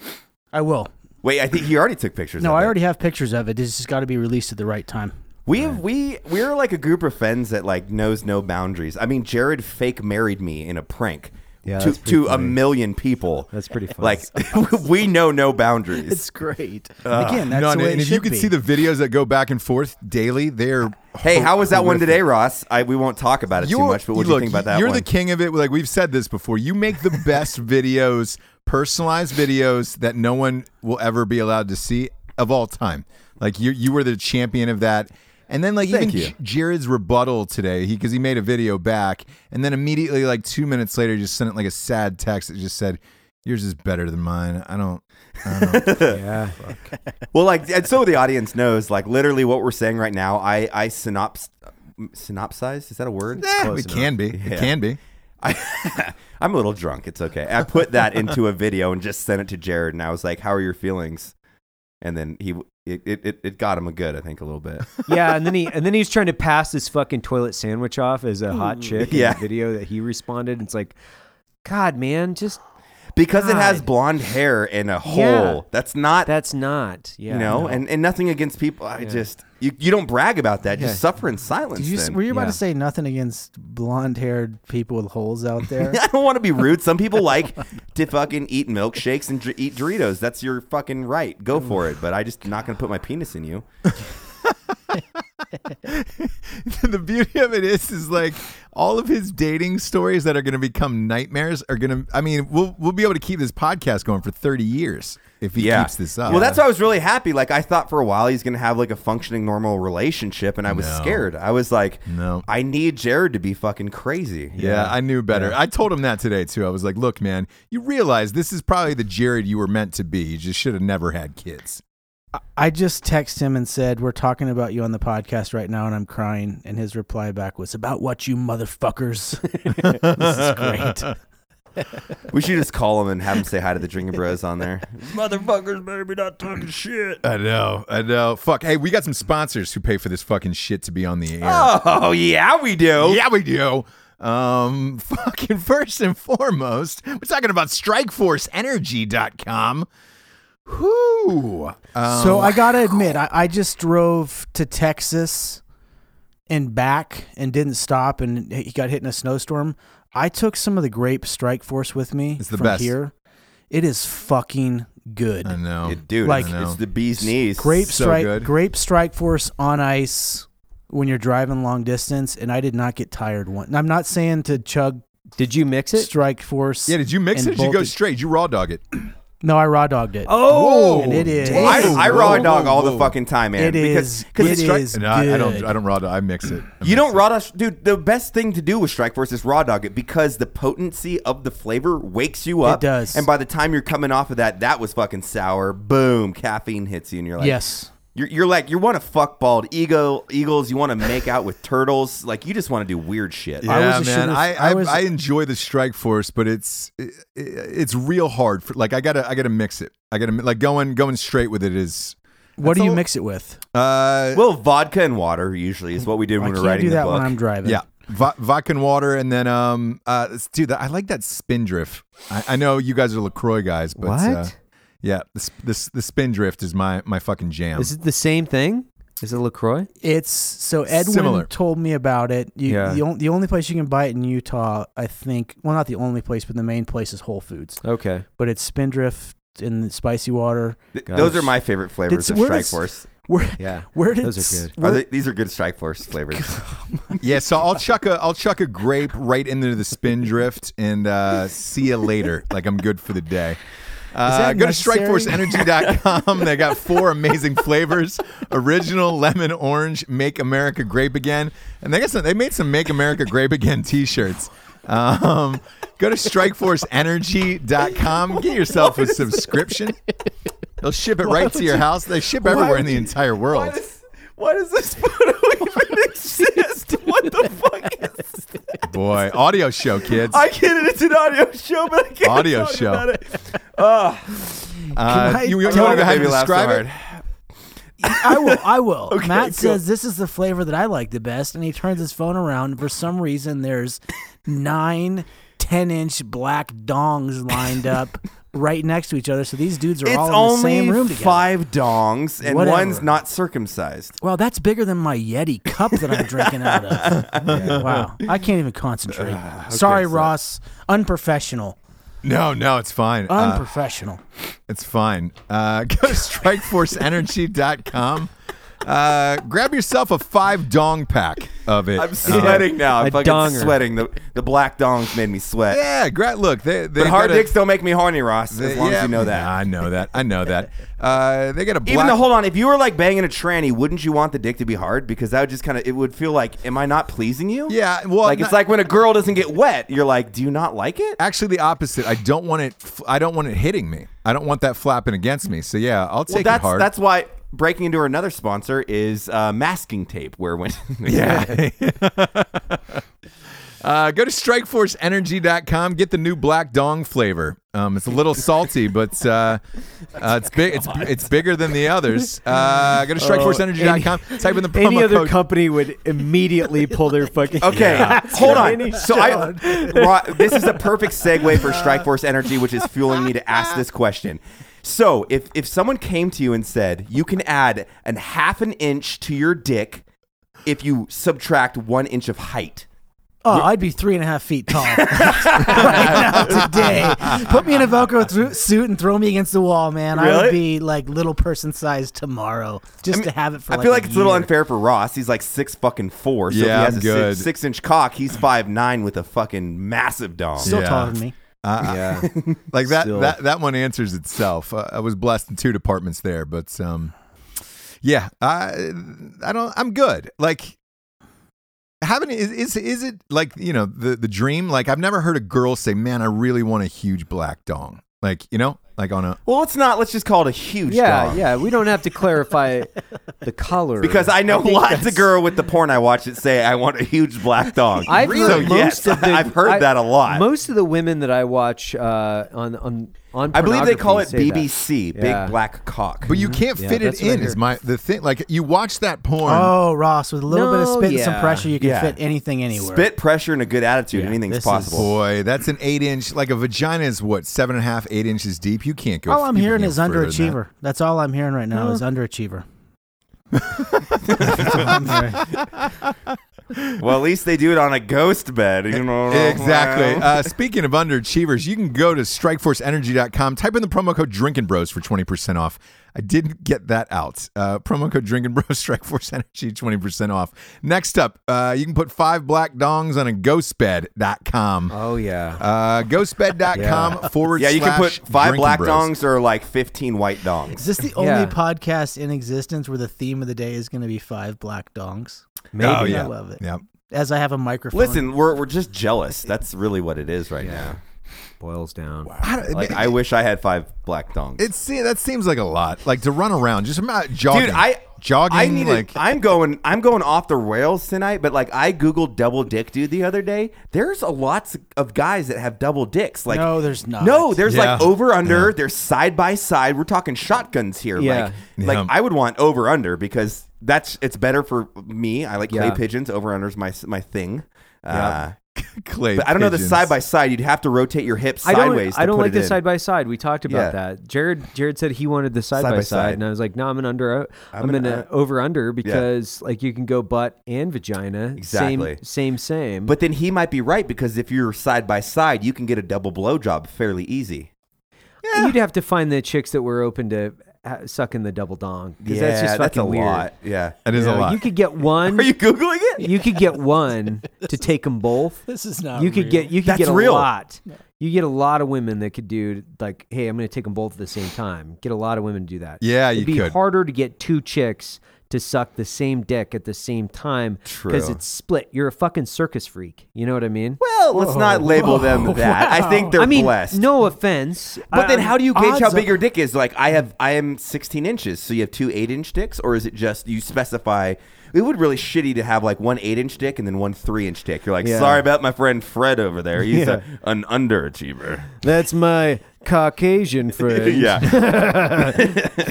Speaker 3: I will.
Speaker 4: Wait, I think he already took pictures.
Speaker 3: No,
Speaker 4: of
Speaker 3: I
Speaker 4: it.
Speaker 3: already have pictures of it. It's just got to be released at the right time.
Speaker 4: We have, we we're like a group of friends that like knows no boundaries. I mean, Jared fake married me in a prank
Speaker 2: Yeah,
Speaker 4: to
Speaker 2: that's pretty
Speaker 4: to a
Speaker 2: funny.
Speaker 4: million people.
Speaker 2: That's pretty funny.
Speaker 4: Like we know no boundaries.
Speaker 3: great. Again, that's
Speaker 6: Uh, No,
Speaker 3: the
Speaker 6: and,
Speaker 3: way it
Speaker 6: and if you
Speaker 3: should
Speaker 6: could
Speaker 3: be.
Speaker 6: see the videos that go back and forth daily, they're
Speaker 4: hey, how was that one
Speaker 6: horrific.
Speaker 4: today, Ross? I we won't talk about it too
Speaker 6: You're-
Speaker 4: much. But what do you
Speaker 6: look,
Speaker 4: think about that?
Speaker 6: You're
Speaker 4: one?
Speaker 6: the king of it. Like we've said this before, you make the best videos, personalized videos that no one will ever be allowed to see of all time. Like you, you were the champion of that. And then like
Speaker 4: Thank
Speaker 6: even
Speaker 4: you.
Speaker 6: J- Jared's rebuttal today, he because he made a video back, and then immediately like two minutes later, just sent it like a sad text that just said, "Yours is better than mine." I don't.
Speaker 4: Well, like, and so the audience knows, like, literally what we're saying right now. I I synops synopsized. Is that a word?
Speaker 6: Eh, it can be.
Speaker 4: Yeah.
Speaker 6: It can be.
Speaker 4: I, I'm a little drunk. It's okay. I put that into a video and just sent it to Jared, and I was like, "How are your feelings?" And then he it it, it- it got him a good, I think, a little bit.
Speaker 2: yeah, and then he and then he was trying to pass this fucking toilet sandwich off as a hot chick in
Speaker 4: Yeah.
Speaker 2: the video that he responded. It's like, God, man, just
Speaker 4: Because it has
Speaker 2: God.
Speaker 4: blonde hair and a hole. That's not
Speaker 2: that's not. Yeah,
Speaker 4: you know,
Speaker 2: no.
Speaker 4: and, and nothing against people. I just you, you don't brag about that.
Speaker 2: Yeah.
Speaker 4: Just suffer in silence.
Speaker 3: Did you, s-
Speaker 4: then.
Speaker 3: were you about
Speaker 2: Yeah.
Speaker 3: to say nothing against blonde-haired people with holes out there?
Speaker 4: I don't want to be rude. Some people like to fucking eat milkshakes and dr- eat Doritos. That's your fucking right. Go for it. But I just not gonna put my penis in you.
Speaker 6: the beauty of it is is like all of his dating stories that are going to become nightmares are going to i mean we'll we'll be able to keep this podcast going for 30 years if he keeps this up
Speaker 4: Well, that's why I was really happy. Like I thought for a while he's gonna have like a functioning normal relationship, and I was
Speaker 6: No.
Speaker 4: scared. I was like,
Speaker 6: No.
Speaker 4: I need Jared to be fucking crazy.
Speaker 6: yeah, I knew better. I told him that today too. I was like, "Look, man, you realize this is probably the Jared you were meant to be. You just should have never had kids."
Speaker 3: I just texted him and said, We're talking about you on the podcast right now, and I'm crying. And his reply back was, About what, you motherfuckers? this is great.
Speaker 4: We should just call him and have him say hi to the Drinking Bros on there.
Speaker 6: I know, I know. Fuck. Hey, we got some sponsors who pay for this fucking shit to be on the air.
Speaker 4: Oh yeah, we do.
Speaker 6: Yeah, we do. Um, fucking first and foremost, we're talking about StrikeForceEnergy.com. Whoo! Um,
Speaker 3: so I got to admit, I, I just drove to Texas and back and didn't stop, and he got hit in a snowstorm. I took some of the grape strike force with me
Speaker 6: It's the
Speaker 3: from
Speaker 6: best.
Speaker 3: here. It is fucking good.
Speaker 6: I know.
Speaker 4: Yeah, dude,
Speaker 3: Like-
Speaker 4: it's, it's the bee's knees.
Speaker 3: grape
Speaker 6: So
Speaker 3: strike
Speaker 6: good.
Speaker 3: grape strike force on ice when you're driving long distance and i did not get tired one i'm not saying to chug
Speaker 2: did you mix it?
Speaker 3: strike force
Speaker 6: yeah, did you mix
Speaker 3: and
Speaker 6: it? Or did you go
Speaker 3: Voltage.
Speaker 6: straight? Did you raw dog it?
Speaker 3: No, I raw dogged it.
Speaker 2: Oh,
Speaker 3: and it is.
Speaker 6: Whoa,
Speaker 4: I, I raw
Speaker 6: whoa,
Speaker 4: dog
Speaker 6: whoa,
Speaker 4: all the
Speaker 6: whoa.
Speaker 4: fucking time, man.
Speaker 3: It
Speaker 4: because
Speaker 3: is.
Speaker 4: 'cause
Speaker 3: it
Speaker 4: it's stri-
Speaker 3: is
Speaker 6: No, I, I don't.
Speaker 3: good.
Speaker 6: I don't raw dog. I mix it. I
Speaker 4: You
Speaker 6: mix
Speaker 4: don't raw dog, dude. The best thing to do with Strike Force is raw dog it because the potency of the flavor wakes you up.
Speaker 3: does.
Speaker 4: And by the time you're coming off of that, that was fucking sour. Boom, caffeine hits you, and you're like,
Speaker 3: yes.
Speaker 4: You're, you're like you want to fuck bald eagle eagles. You want to make out with turtles. Like you just want to do weird shit.
Speaker 6: Yeah,
Speaker 3: I was a
Speaker 6: man.
Speaker 3: sugar-
Speaker 6: I I,
Speaker 3: I
Speaker 6: I,
Speaker 3: was-
Speaker 6: enjoy the Strike Force, but it's it, it's real hard. For, like I gotta I gotta mix it. I gotta like going going straight with it is.
Speaker 3: What
Speaker 6: that's
Speaker 3: do you
Speaker 6: all-
Speaker 3: mix it with?
Speaker 6: Uh,
Speaker 4: Well, vodka and water usually is what we do
Speaker 3: I
Speaker 4: when we're
Speaker 3: can't
Speaker 4: writing
Speaker 3: do that
Speaker 4: the book.
Speaker 3: when I'm driving.
Speaker 6: yeah, Va- vodka and water, and then um, uh, s- dude, I like that Spindrift. I, I know you guys are Lacroix guys, but Uh,
Speaker 2: What?
Speaker 6: yeah, this this the Spindrift is my my fucking
Speaker 4: uh,
Speaker 6: jam.
Speaker 2: is it the same thing? Is it Lacroix?
Speaker 3: It's so Edwin
Speaker 6: Similar.
Speaker 3: told me about it. You,
Speaker 2: Yeah.
Speaker 3: the, on, the only place you can buy it in Utah, I think. Well, not the only place, but the main place is Whole Foods.
Speaker 2: Okay,
Speaker 3: But it's Spindrift and the spicy water.
Speaker 4: Th-
Speaker 2: Gosh.
Speaker 4: Those are my favorite flavors
Speaker 3: Did-
Speaker 4: of
Speaker 3: where
Speaker 4: Strike
Speaker 3: does-
Speaker 4: Force.
Speaker 3: Where
Speaker 2: yeah.
Speaker 3: where did
Speaker 2: Those are good.
Speaker 4: Are
Speaker 3: where-
Speaker 4: they- these are good Strike Force flavors.
Speaker 6: yeah, so I'll chuck a I'll chuck a grape right into the Spindrift and uh, see you later. Like I'm good for the day. Uh,
Speaker 3: that
Speaker 6: go to
Speaker 3: necessary?
Speaker 6: strikeforceenergy.com. they got four amazing flavors: original, lemon, orange, make America grape again, and they got some. They made some make America grape again T-shirts. Um, go to strikeforceenergy.com. Get yourself a subscription. They'll ship it right to your house. They ship everywhere in the entire world.
Speaker 4: Why does this photo even exist? What the fuck is
Speaker 6: Boy, audio show kids.
Speaker 4: I get it. It's an audio show, but I can't
Speaker 6: Audio
Speaker 4: talk
Speaker 6: show.
Speaker 4: about it. Ugh.
Speaker 6: Uh,
Speaker 3: I-
Speaker 6: you
Speaker 4: I
Speaker 6: you want to go
Speaker 4: wanted
Speaker 6: ahead and
Speaker 4: make you laugh so
Speaker 6: describe it?
Speaker 4: hard.
Speaker 3: I will. I will. Matt
Speaker 4: cool.
Speaker 3: says this is the flavor that I like the best, and he turns his phone around. For some reason, there's nine 10 inch black dongs lined up right next to each other. So these dudes are
Speaker 4: It's
Speaker 3: all in the
Speaker 4: only
Speaker 3: same room together.
Speaker 4: five dongs, and
Speaker 3: Whatever.
Speaker 4: one's not circumcised.
Speaker 3: Wow, that's bigger than my Yeti cup that I'm drinking out of. Wow, I can't even concentrate. Sorry,
Speaker 4: Uh, so-
Speaker 3: Ross. Unprofessional.
Speaker 6: No, no, it's fine. Uh,
Speaker 3: Unprofessional.
Speaker 6: It's fine. Uh, go to strikeforceenergy.com. Uh, grab yourself a five dong pack of it.
Speaker 4: I'm
Speaker 6: Uh,
Speaker 4: sweating now. I'm
Speaker 2: a
Speaker 4: fucking
Speaker 2: donger.
Speaker 4: sweating. The the black dongs made me sweat.
Speaker 6: yeah, gra- look, they, they
Speaker 4: But hard
Speaker 6: got a-
Speaker 4: dicks don't make me horny, Ross.
Speaker 6: they-
Speaker 4: As long
Speaker 6: yeah,
Speaker 4: as you know that.
Speaker 6: I know that. I know that. Uh, they got a black.
Speaker 4: Even though, hold on, if you were like banging a tranny, wouldn't you want the dick to be hard? Because that would just kind of, it would feel like, am I not pleasing you?
Speaker 6: Yeah, well,
Speaker 4: like
Speaker 6: not-
Speaker 4: it's like when a girl doesn't get wet, you're like, do you not like it?
Speaker 6: actually the opposite. I don't want it. f- I don't want it hitting me. I don't want that flapping against me. So yeah, I'll take
Speaker 4: that's
Speaker 6: it hard.
Speaker 4: that's why breaking into another sponsor is uh, masking tape, where when
Speaker 6: Yeah. uh, go to strikeforceenergy.com. Get the new black dong flavor. Um, it's a little salty, but uh, uh, it's big. It's it's bigger than the others. Uh, go to strikeforceenergy.com. Type in the promo
Speaker 2: Oh, Any other
Speaker 6: code.
Speaker 2: company would immediately pull their fucking.
Speaker 4: Okay, hold on. So I,
Speaker 2: Stone.
Speaker 4: Ro- this is the perfect segue for Strike Force Energy, which is fueling me to ask this question. So, if if someone came to you and said you can add an half an inch to your dick if you subtract one inch of height,
Speaker 3: Oh, I'd be three and a half feet tall right now today. Put me in a Velcro thro- suit and throw me against the wall, man. I
Speaker 4: Really?
Speaker 3: would be like little person sized tomorrow just to have it for.
Speaker 4: I
Speaker 3: Like
Speaker 4: feel like
Speaker 3: a
Speaker 4: it's a little
Speaker 3: year.
Speaker 4: unfair for Ross. He's like six fucking four. So
Speaker 6: Yeah,
Speaker 4: if
Speaker 6: I'm
Speaker 4: he has a
Speaker 6: good.
Speaker 4: six, six inch cock, he's five nine with a fucking massive dong.
Speaker 3: Still
Speaker 6: Yeah.
Speaker 3: taller than me.
Speaker 6: Uh, yeah. like that,
Speaker 2: Still.
Speaker 6: that that one answers itself. Uh, I was blessed in two departments there, but um, yeah, I I don't. I'm good. Like having is is is it like you know the the dream? Like I've never heard a girl say, "Man, I really want a huge black dong." Like you know, like on a
Speaker 4: well, it's not. Let's just call it a huge
Speaker 2: Yeah,
Speaker 4: dong.
Speaker 2: yeah. We don't have to clarify the color
Speaker 4: Because I know
Speaker 2: think
Speaker 4: lots of
Speaker 2: that's-
Speaker 4: girl with the porn I watch that say I want a huge black dog.
Speaker 2: I've
Speaker 4: So,
Speaker 2: heard most
Speaker 4: yes,
Speaker 2: of the,
Speaker 4: I've heard
Speaker 2: I-
Speaker 4: that a lot.
Speaker 2: Most of the women that I watch uh, on on on
Speaker 4: I believe they call it
Speaker 2: pornography say
Speaker 4: BBC,
Speaker 2: that. Yeah.
Speaker 4: big black cock.
Speaker 6: but you can't
Speaker 2: Yeah,
Speaker 6: fit it
Speaker 2: that's what I
Speaker 6: in. Is
Speaker 2: heard.
Speaker 6: my the thing? Like you watch that porn.
Speaker 3: Oh, Ross, with a little bit of
Speaker 2: No,
Speaker 3: spit and some
Speaker 2: yeah.
Speaker 3: pressure, you can
Speaker 4: Yeah.
Speaker 3: fit anything anywhere.
Speaker 4: Spit pressure and a good attitude, anything's
Speaker 3: this
Speaker 4: possible.
Speaker 6: Boy, that's an eight inch. Like a vagina is what seven and a half, eight inches deep. You can't go.
Speaker 3: All I'm
Speaker 6: you
Speaker 3: hearing
Speaker 6: can't
Speaker 3: is
Speaker 6: go further than that.
Speaker 3: underachiever. That's all I'm hearing right now is underachiever.
Speaker 4: well, at least they do it on a ghost bed. You know
Speaker 6: Exactly. Uh, speaking of underachievers, you can go to strikeforceenergy.com, type in the promo code Drinking Bros for 20% off. I didn't get that out. Uh, promo code Drinking Bros, Strikeforce Energy, 20% off. Next up, uh, you can put five black dongs on a ghostbed.com.
Speaker 2: Oh yeah.
Speaker 6: Uh, ghostbed.com forward
Speaker 4: yeah, you can put
Speaker 6: slash
Speaker 4: five
Speaker 6: Drinking
Speaker 4: black
Speaker 6: Bros.
Speaker 4: dongs or like fifteen white dongs.
Speaker 3: Is this the only
Speaker 2: Yeah.
Speaker 3: podcast in existence where the theme of the day is going to be five black dongs?
Speaker 2: Maybe.
Speaker 6: Oh, yeah.
Speaker 3: I love it.
Speaker 6: Yeah.
Speaker 3: As I have a microphone.
Speaker 4: Listen, we're we're just jealous. That's really what it is right now.
Speaker 2: Boils down.
Speaker 6: I don't-
Speaker 4: Like I wish I had five black dongs.
Speaker 6: It se- that seems like a lot. Like to run around, just imagine jogging.
Speaker 4: Dude, I
Speaker 6: jogging
Speaker 4: I need
Speaker 6: like
Speaker 4: I'm going I'm going off the rails tonight, but like I googled double dick dude the other day. There's a lots of guys that have double dicks. Like
Speaker 3: No, there's not.
Speaker 4: No, there's like
Speaker 6: Yeah.
Speaker 4: over under, there's side by side. We're talking shotguns here.
Speaker 2: Yeah.
Speaker 4: Like like
Speaker 6: Yeah.
Speaker 4: I would want over under because that's it's better for me. I like clay
Speaker 2: Yeah.
Speaker 4: pigeons. Over under's my my thing. Uh,
Speaker 6: clay.
Speaker 4: but I don't know the
Speaker 6: pigeons.
Speaker 4: side by side. You'd have to rotate your hips
Speaker 2: I don't.
Speaker 4: sideways.
Speaker 2: I
Speaker 4: to
Speaker 2: don't
Speaker 4: put
Speaker 2: like
Speaker 4: it
Speaker 2: the
Speaker 4: in.
Speaker 2: side by side. We talked about
Speaker 4: Yeah.
Speaker 2: that. Jared. Jared said he wanted the side, by side,
Speaker 4: Side-by-side.
Speaker 2: and I was like, "No, I'm an under. I'm,
Speaker 4: an,
Speaker 2: an,
Speaker 4: uh,
Speaker 2: over under because like you can go butt and vagina.
Speaker 4: Exactly.
Speaker 2: Same. Same. Same.
Speaker 4: But then he might be right because if you're side by side, you can get a double blowjob fairly easy.
Speaker 2: you'd have to find the chicks that were open to uh, sucking the double dong because that's just fucking
Speaker 4: a
Speaker 2: weird.
Speaker 4: lot. Yeah.
Speaker 6: That is
Speaker 2: You,
Speaker 6: a
Speaker 2: know,
Speaker 6: lot.
Speaker 2: you could get one.
Speaker 4: Are you googling it?
Speaker 2: you could get one to take them both.
Speaker 3: this is not.
Speaker 2: you could
Speaker 3: real.
Speaker 2: get you could
Speaker 4: That's
Speaker 2: get a
Speaker 4: real.
Speaker 2: lot. You get a lot of women that could do like, hey, I'm going to take them both at the same time. Get a lot of women to do that.
Speaker 6: Yeah,
Speaker 2: It'd
Speaker 6: you
Speaker 2: be
Speaker 6: could.
Speaker 2: harder to get two chicks to suck the same dick at the same time because
Speaker 4: True.
Speaker 2: it's split. You're a fucking circus freak. You know what I mean?
Speaker 4: Well, let's not label them that. I think they're
Speaker 2: I mean,
Speaker 4: blessed. Um,
Speaker 2: no offense, Uh,
Speaker 4: But
Speaker 2: I-
Speaker 4: then,
Speaker 2: I'm-
Speaker 4: how do you gauge how
Speaker 3: odds
Speaker 4: big
Speaker 3: are-
Speaker 4: your dick is? Like, I have, I am 16 inches, so you have two eight-inch dicks, or is it just you specify? It would really shitty to have like one eight-inch dick and then one three-inch dick. You're like,
Speaker 2: Yeah.
Speaker 4: sorry about my friend Fred over there. He's a, an underachiever.
Speaker 2: That's my Caucasian friend.
Speaker 4: yeah,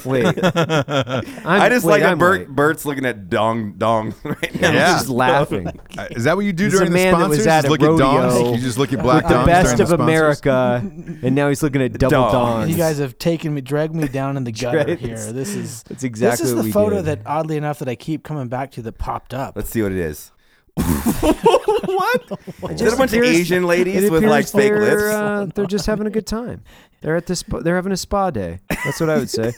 Speaker 2: Wait, I'm,
Speaker 4: I just
Speaker 2: wait,
Speaker 4: like that
Speaker 2: I'm
Speaker 4: Bert,
Speaker 2: right.
Speaker 4: Bert's looking at dong dong right now.
Speaker 2: I'm
Speaker 6: Yeah.
Speaker 2: just laughing.
Speaker 6: Uh, is that what you do
Speaker 2: He's a
Speaker 6: during
Speaker 2: man
Speaker 6: the
Speaker 2: that was
Speaker 6: sponsors?
Speaker 2: at
Speaker 6: Just
Speaker 2: a
Speaker 6: look at
Speaker 2: rodeo
Speaker 6: dongs. You just look at black
Speaker 2: With the
Speaker 6: dongs
Speaker 2: best
Speaker 6: during
Speaker 2: of
Speaker 6: the sponsors?
Speaker 2: America, and now he's looking at double
Speaker 4: Dongs.
Speaker 2: dongs.
Speaker 3: You guys have taken me, dragged me down in the gutter
Speaker 2: Right.
Speaker 3: here. This is
Speaker 2: That's exactly
Speaker 3: This is
Speaker 2: what
Speaker 3: the
Speaker 2: we
Speaker 3: photo
Speaker 2: did.
Speaker 3: that, oddly enough, that I keep coming back to that popped up.
Speaker 4: Let's see what it is. what? Is it a bunch of
Speaker 2: appears-
Speaker 4: Asian ladies
Speaker 2: It
Speaker 4: with like
Speaker 2: appears
Speaker 4: fake
Speaker 2: they're,
Speaker 4: lips?
Speaker 2: uh, they're just having a good time. They're at this. Spa, they're having a spa day. That's what I would say.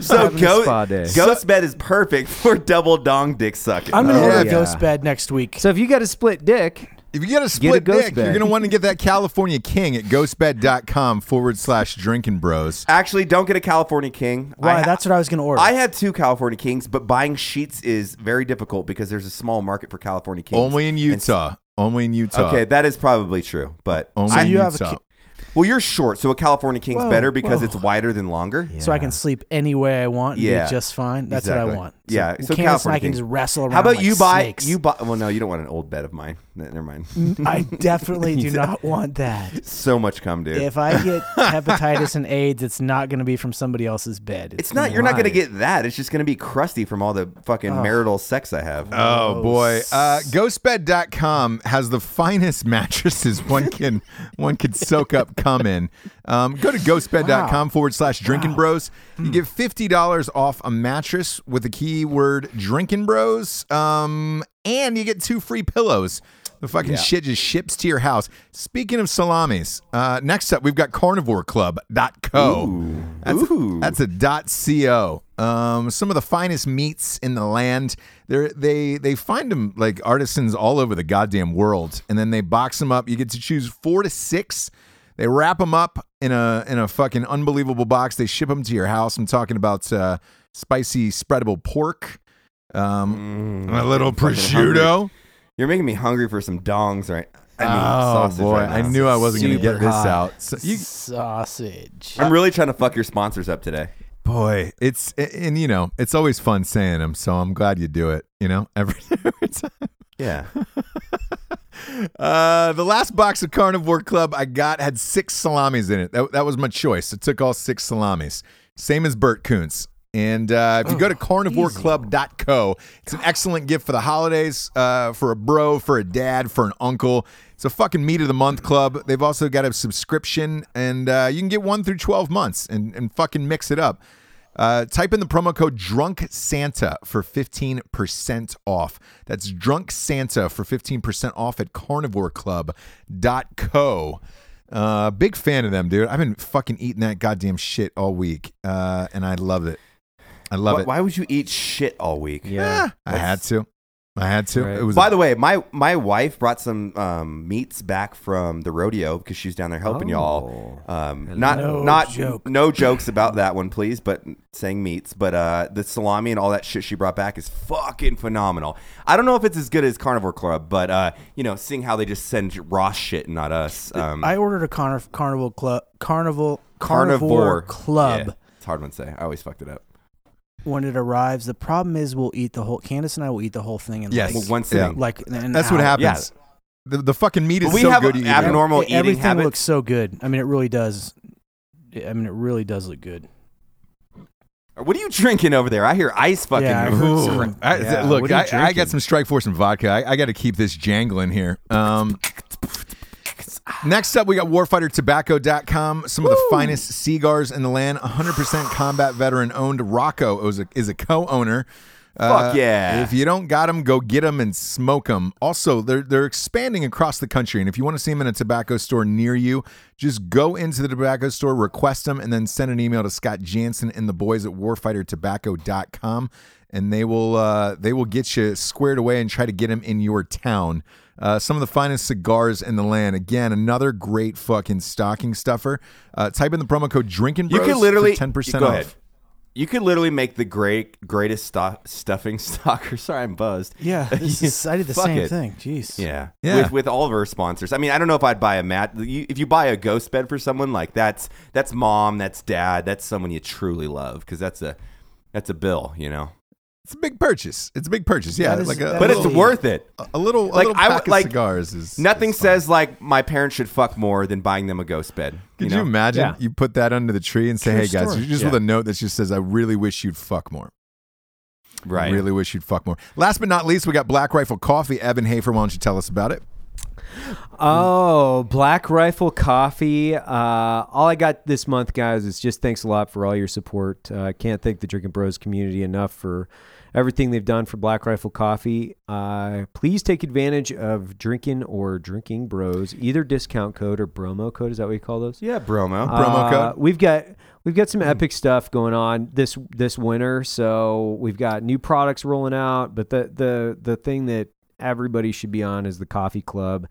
Speaker 4: so
Speaker 2: having a
Speaker 4: go,
Speaker 2: spa day.
Speaker 4: ghost bed is perfect for double dong dick sucking.
Speaker 3: I'm gonna
Speaker 6: Oh,
Speaker 3: order a
Speaker 6: yeah.
Speaker 3: ghost bed next week.
Speaker 2: So if you got a split dick,
Speaker 6: If you get a split
Speaker 2: ghost
Speaker 6: dick,
Speaker 2: bed.
Speaker 6: you're going to want to get that California King at ghostbed.com forward slash drinking bros.
Speaker 4: Actually, don't get a California King.
Speaker 3: Why?
Speaker 4: I ha-
Speaker 3: That's what I was gonna order.
Speaker 4: I had two California Kings, but buying sheets is very difficult because there's a small market for California Kings.
Speaker 6: Only in
Speaker 4: And-
Speaker 6: Utah. Only in Utah.
Speaker 4: Okay, that is probably true, but
Speaker 6: Only
Speaker 3: So
Speaker 6: in
Speaker 3: you have a
Speaker 6: Utah.
Speaker 3: ki-
Speaker 4: well, you're short, so a California King's
Speaker 3: Whoa,
Speaker 4: better because
Speaker 3: whoa.
Speaker 4: it's wider than longer.
Speaker 3: so I can sleep any way I want and
Speaker 4: Yeah.
Speaker 3: be just fine. That's what
Speaker 4: Exactly.
Speaker 3: I want.
Speaker 4: Yeah, so
Speaker 3: So Candace and
Speaker 4: California
Speaker 3: I can
Speaker 4: King.
Speaker 3: just wrestle around.
Speaker 4: How about
Speaker 3: like
Speaker 4: you buy
Speaker 3: snakes.
Speaker 4: you buy? Well, no, you don't want an old bed of mine. Ne- Never mind.
Speaker 3: I definitely do not want that.
Speaker 4: so much cum, dude.
Speaker 3: If I get hepatitis and AIDS, it's not going to be from somebody else's bed.
Speaker 4: it's not. You're not going to
Speaker 3: mine.
Speaker 4: get that. It's just going to be crusty from all the fucking marital sex I have.
Speaker 6: Oh boy. Uh, ghostbed.com has the finest mattresses one can one could soak up cum in. Um, go to ghostbed.com forward slash drinking bros. You get fifty dollars off a mattress with the keyword drinking bros. Um, and you get two free pillows. The fucking shit just ships to your house. Speaking of salamis, uh, next up we've got carnivoreclub.co. That's,
Speaker 4: Ooh.
Speaker 6: that's a dot co. Um, some of the finest meats in the land. They're, they they find them like artisans all over the goddamn world, and then they box them up. You get to choose four to six. They wrap them up in a in a fucking unbelievable box. They ship them to your house. I'm talking about uh, spicy spreadable pork, um,
Speaker 4: Mm.
Speaker 6: a little prosciutto.
Speaker 4: You're making me hungry for some dongs, right? I mean,
Speaker 6: oh
Speaker 4: sausage
Speaker 6: boy,
Speaker 4: right
Speaker 6: I
Speaker 4: now.
Speaker 6: knew I wasn't going to
Speaker 3: Super
Speaker 6: get this
Speaker 3: hot.
Speaker 6: out. So you,
Speaker 3: sausage.
Speaker 4: I'm really trying to fuck your sponsors up today.
Speaker 6: Boy, it's a- and you know it's always fun saying them, so I'm glad you do it. You know every, every time.
Speaker 4: Yeah.
Speaker 6: Uh, the last box of Carnivore Club I got had six salamis in it. That, that was my choice. It took all six salamis, same as Bert Koontz. And uh, if you go to carnivoreclub.co, it's an excellent gift for the holidays, uh, for a bro, for a dad, for an uncle. It's a fucking meat of the month club. They've also got a subscription, and uh, you can get one through 12 months and, and fucking mix it up. Uh, type in the promo code Drunk Santa for 15% off. That's Drunk Santa for 15% off at carnivoreclub.co. Uh, big fan of them, dude. I've been fucking eating that goddamn shit all week, uh, and I love it. I love
Speaker 4: Why,
Speaker 6: it.
Speaker 4: why would you eat shit all week?
Speaker 2: Yeah.
Speaker 6: I had to. I had to.
Speaker 2: Right.
Speaker 6: It was
Speaker 4: By the way, my my wife brought some um, meats back from the rodeo because she's down there helping y'all. Um, not
Speaker 3: Oh. Hello.
Speaker 4: not
Speaker 3: No joke.
Speaker 4: no jokes about that one, please. But saying meats, but uh, the salami and all that shit she brought back is fucking phenomenal. I don't know if it's as good as Carnivore Club, but uh, you know, seeing how they just send raw shit, and not us. Um,
Speaker 3: I ordered a carniv- carnival club, carnival,
Speaker 4: Carnivore.
Speaker 3: carnivore club.
Speaker 4: yeah, it's a hard one to say. I always fucked it up.
Speaker 3: when it arrives. The problem is we'll eat the whole. Candace and I will eat the whole thing in
Speaker 6: Yes.
Speaker 4: Well,
Speaker 3: like,
Speaker 4: one
Speaker 6: Yeah.
Speaker 4: sitting.
Speaker 3: like an
Speaker 6: that's what
Speaker 3: hour.
Speaker 6: happens. The, the fucking meat is
Speaker 4: we
Speaker 6: so
Speaker 4: have
Speaker 6: good. you eat it.
Speaker 4: abnormal
Speaker 3: Yeah,
Speaker 4: eating
Speaker 3: E-, Everything
Speaker 4: habits.
Speaker 3: looks so good. I mean, it really does. I mean, it really does look good.
Speaker 4: What are you drinking over there? I hear ice fucking.
Speaker 3: Yeah, I heard
Speaker 6: Ooh.
Speaker 3: some-
Speaker 6: I-
Speaker 3: yeah,
Speaker 6: look,
Speaker 3: what are you
Speaker 6: I, I
Speaker 3: drinking?
Speaker 6: got some Strike Force and vodka. I, I got to keep this jangling here. Um, next up, we got warfightertobacco.com. Some of the finest cigars in the land. 100% combat veteran owned. Rocco is a, is a co owner.
Speaker 4: Fuck yeah.
Speaker 6: If you don't got them, go get them and smoke them. Also, they're they're expanding across the country, and if you want to see them in a tobacco store near you, just go into the tobacco store, request them, and then send an email to Scott Jansen and the boys at WarfighterTobacco.com, and they will uh, they will get you squared away and try to get them in your town. Uh, some of the finest cigars in the land. Again, another great fucking stocking stuffer. Uh, type in the promo code Drinking
Speaker 4: You
Speaker 6: Bros
Speaker 4: could literally
Speaker 6: ten percent
Speaker 4: go
Speaker 6: off.
Speaker 4: ahead. You could literally make the great greatest stu- stuffing stalker. Sorry, I'm buzzed.
Speaker 3: Yeah, this is, I did the
Speaker 4: Fuck
Speaker 3: same
Speaker 4: it.
Speaker 3: thing. Jeez.
Speaker 4: Yeah.
Speaker 6: Yeah.
Speaker 4: With, with all of our sponsors. I mean, I don't know if I'd buy a mat. You, if you buy a ghost bed for someone, like that's that's mom, that's dad, that's someone you truly love because that's a that's a bill, you know.
Speaker 6: It's a big purchase. It's a big purchase. Yeah,
Speaker 3: That is-
Speaker 6: like
Speaker 3: that
Speaker 6: a,
Speaker 3: is
Speaker 4: But it's
Speaker 3: Absolutely.
Speaker 4: worth it.
Speaker 6: a little
Speaker 4: Like,
Speaker 6: a little
Speaker 4: I
Speaker 6: pack
Speaker 4: would-
Speaker 6: of
Speaker 4: like,
Speaker 6: cigars is
Speaker 4: Nothing
Speaker 6: is fine.
Speaker 4: says like my parents should fuck more than buying them a ghost bed.
Speaker 6: Could you,
Speaker 4: know?
Speaker 6: imagine
Speaker 2: Yeah.
Speaker 6: you put that under the tree and say,
Speaker 3: True
Speaker 6: "Hey guys,"
Speaker 3: story.
Speaker 6: just with a note that just says, "I really wish you'd fuck more."
Speaker 4: Right.
Speaker 6: Really wish you'd fuck more. Last but not least, we got Black Rifle Coffee. Evan Hafer, why don't you tell us about it?
Speaker 2: Oh, Black Rifle Coffee. Uh, all I got this month, guys, is just thanks a lot for all your support. Uh, I can't thank the Drinking Bros community enough for everything they've done for Black Rifle Coffee. Uh, please take advantage of Drinking or Drinking Bros, either discount code or promo code. Is that what you call those?
Speaker 4: Yeah, bromo.
Speaker 6: Promo
Speaker 2: Uh,
Speaker 6: code?
Speaker 2: We've got we've got some
Speaker 4: Hmm.
Speaker 2: epic stuff going on this this winter. So we've got new products rolling out, but the the the thing that everybody should be on is the coffee club.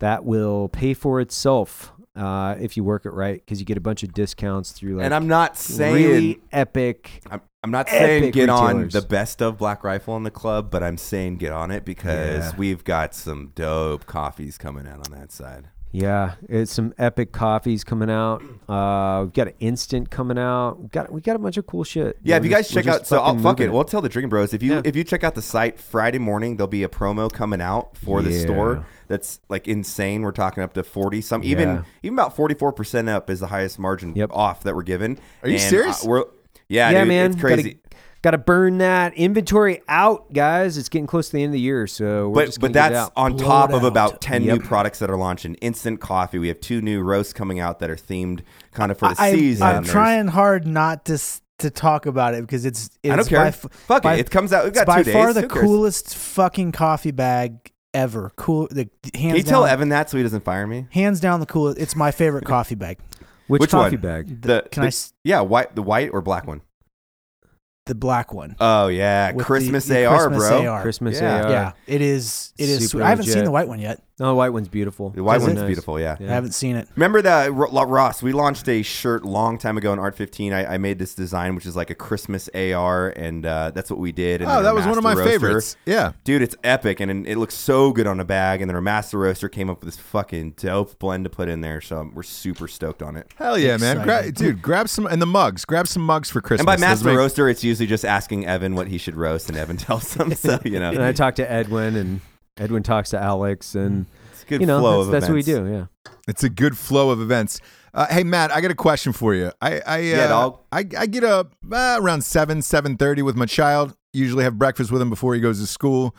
Speaker 2: That will pay for itself uh, if you work it right, because you get a bunch of discounts through like
Speaker 4: and I'm not saying
Speaker 2: really epic.
Speaker 4: I'm, I'm not saying
Speaker 2: Epic
Speaker 4: get on
Speaker 2: retailers.
Speaker 4: the best of Black Rifle in the club, but I'm saying get on it because
Speaker 6: Yeah.
Speaker 4: we've got some dope coffees coming out on that side.
Speaker 2: Yeah, it's some epic coffees coming out. Uh, we've got an instant coming out. We got we got a bunch of cool shit.
Speaker 4: Yeah, if you
Speaker 2: We're
Speaker 4: guys
Speaker 2: just- we're
Speaker 4: check out,
Speaker 2: just
Speaker 4: so I'll
Speaker 2: fucking
Speaker 4: fuck it.
Speaker 2: moving
Speaker 4: We'll tell the Drinking Bros if you
Speaker 2: Yeah.
Speaker 4: if you check out the site Friday morning, there'll be a promo coming out for the
Speaker 2: Yeah.
Speaker 4: store that's like insane. We're talking up to forty some,
Speaker 2: Yeah.
Speaker 4: even even about forty four percent up is the highest margin
Speaker 2: Yep.
Speaker 4: off that we're given.
Speaker 6: Are you
Speaker 4: And, uh,
Speaker 6: serious?
Speaker 4: we're yeah,
Speaker 2: yeah,
Speaker 4: dude,
Speaker 2: man.
Speaker 4: it's crazy.
Speaker 2: Gotta, gotta burn that inventory out, guys. It's getting close to the end of the year, so we're
Speaker 4: but
Speaker 2: just
Speaker 4: but
Speaker 2: gonna get
Speaker 4: that's
Speaker 2: it out.
Speaker 4: on
Speaker 3: Blow
Speaker 4: top
Speaker 3: it
Speaker 4: of
Speaker 3: out.
Speaker 4: about ten new products that are launching. Instant coffee. We have two new roasts coming out that are themed kind of for the
Speaker 3: I,
Speaker 4: season.
Speaker 3: am
Speaker 4: There's-
Speaker 3: trying hard not to s- to talk about it because it's. it's
Speaker 4: I don't care.
Speaker 3: By, f-
Speaker 4: Fuck
Speaker 3: by-
Speaker 4: it. It comes out. We've
Speaker 3: it's
Speaker 4: got
Speaker 3: by
Speaker 4: two
Speaker 3: far
Speaker 4: days.
Speaker 3: the
Speaker 4: Who cares?
Speaker 3: coolest fucking coffee bag ever. Cool. The hands
Speaker 4: Can you tell
Speaker 3: down,
Speaker 4: Evan that so he doesn't fire me?
Speaker 3: Hands down, the coolest. It's my favorite coffee bag.
Speaker 2: which,
Speaker 4: Which
Speaker 2: coffee
Speaker 4: one?
Speaker 2: bag?
Speaker 4: The,
Speaker 3: Can
Speaker 4: the-
Speaker 3: I s-
Speaker 4: Yeah, white. The white or black one.
Speaker 3: The black one.
Speaker 4: Oh yeah,
Speaker 3: With the-
Speaker 4: Christmas
Speaker 3: the
Speaker 4: AR,
Speaker 3: Christmas
Speaker 4: bro.
Speaker 3: AR.
Speaker 2: Christmas
Speaker 4: Yeah.
Speaker 6: Uh,
Speaker 2: AR.
Speaker 3: Yeah, it is. It is.
Speaker 2: Super
Speaker 3: sweet. I haven't seen
Speaker 2: legit.
Speaker 3: the white one yet.
Speaker 2: No, Oh, the white one's beautiful.
Speaker 4: The white
Speaker 3: Is it?
Speaker 4: one's
Speaker 2: Nice.
Speaker 4: beautiful. Yeah.
Speaker 2: Yeah.
Speaker 3: I haven't seen it.
Speaker 4: Remember that Ro- Ro- Ross? We launched a shirt long time ago in Art 15. I, I made this design, which is like a Christmas AR, and uh, that's what we did. And
Speaker 6: Oh,
Speaker 4: then
Speaker 6: that
Speaker 4: our
Speaker 6: was one of my
Speaker 4: master roaster-
Speaker 6: favorites. Yeah,
Speaker 4: dude, it's epic, and, and it looks so good on a bag. And then our master roaster came up with this fucking dope blend to put in there, so um, we're super stoked on it.
Speaker 6: hell yeah, man, Gra-
Speaker 3: Exciting.
Speaker 6: dude, grab some and the mugs. Grab some mugs for Christmas.
Speaker 4: And by
Speaker 6: Those
Speaker 4: master
Speaker 6: make-
Speaker 4: roaster, it's usually just asking Evan what he should roast, and Evan tells him. So you know,
Speaker 2: And I talk to Edwin, and Edwin talks to Alex, and
Speaker 4: Mm. it's a good
Speaker 2: you know
Speaker 4: flow
Speaker 2: that's,
Speaker 4: of
Speaker 2: that's what we
Speaker 4: events.
Speaker 2: do. Yeah.
Speaker 6: It's a good flow of events. Uh, hey Matt, I got a question for you. I I uh,
Speaker 4: Yeah, dog.
Speaker 6: I, I get up uh, around seven seven thirty with my child. Usually have breakfast with him before he goes to school.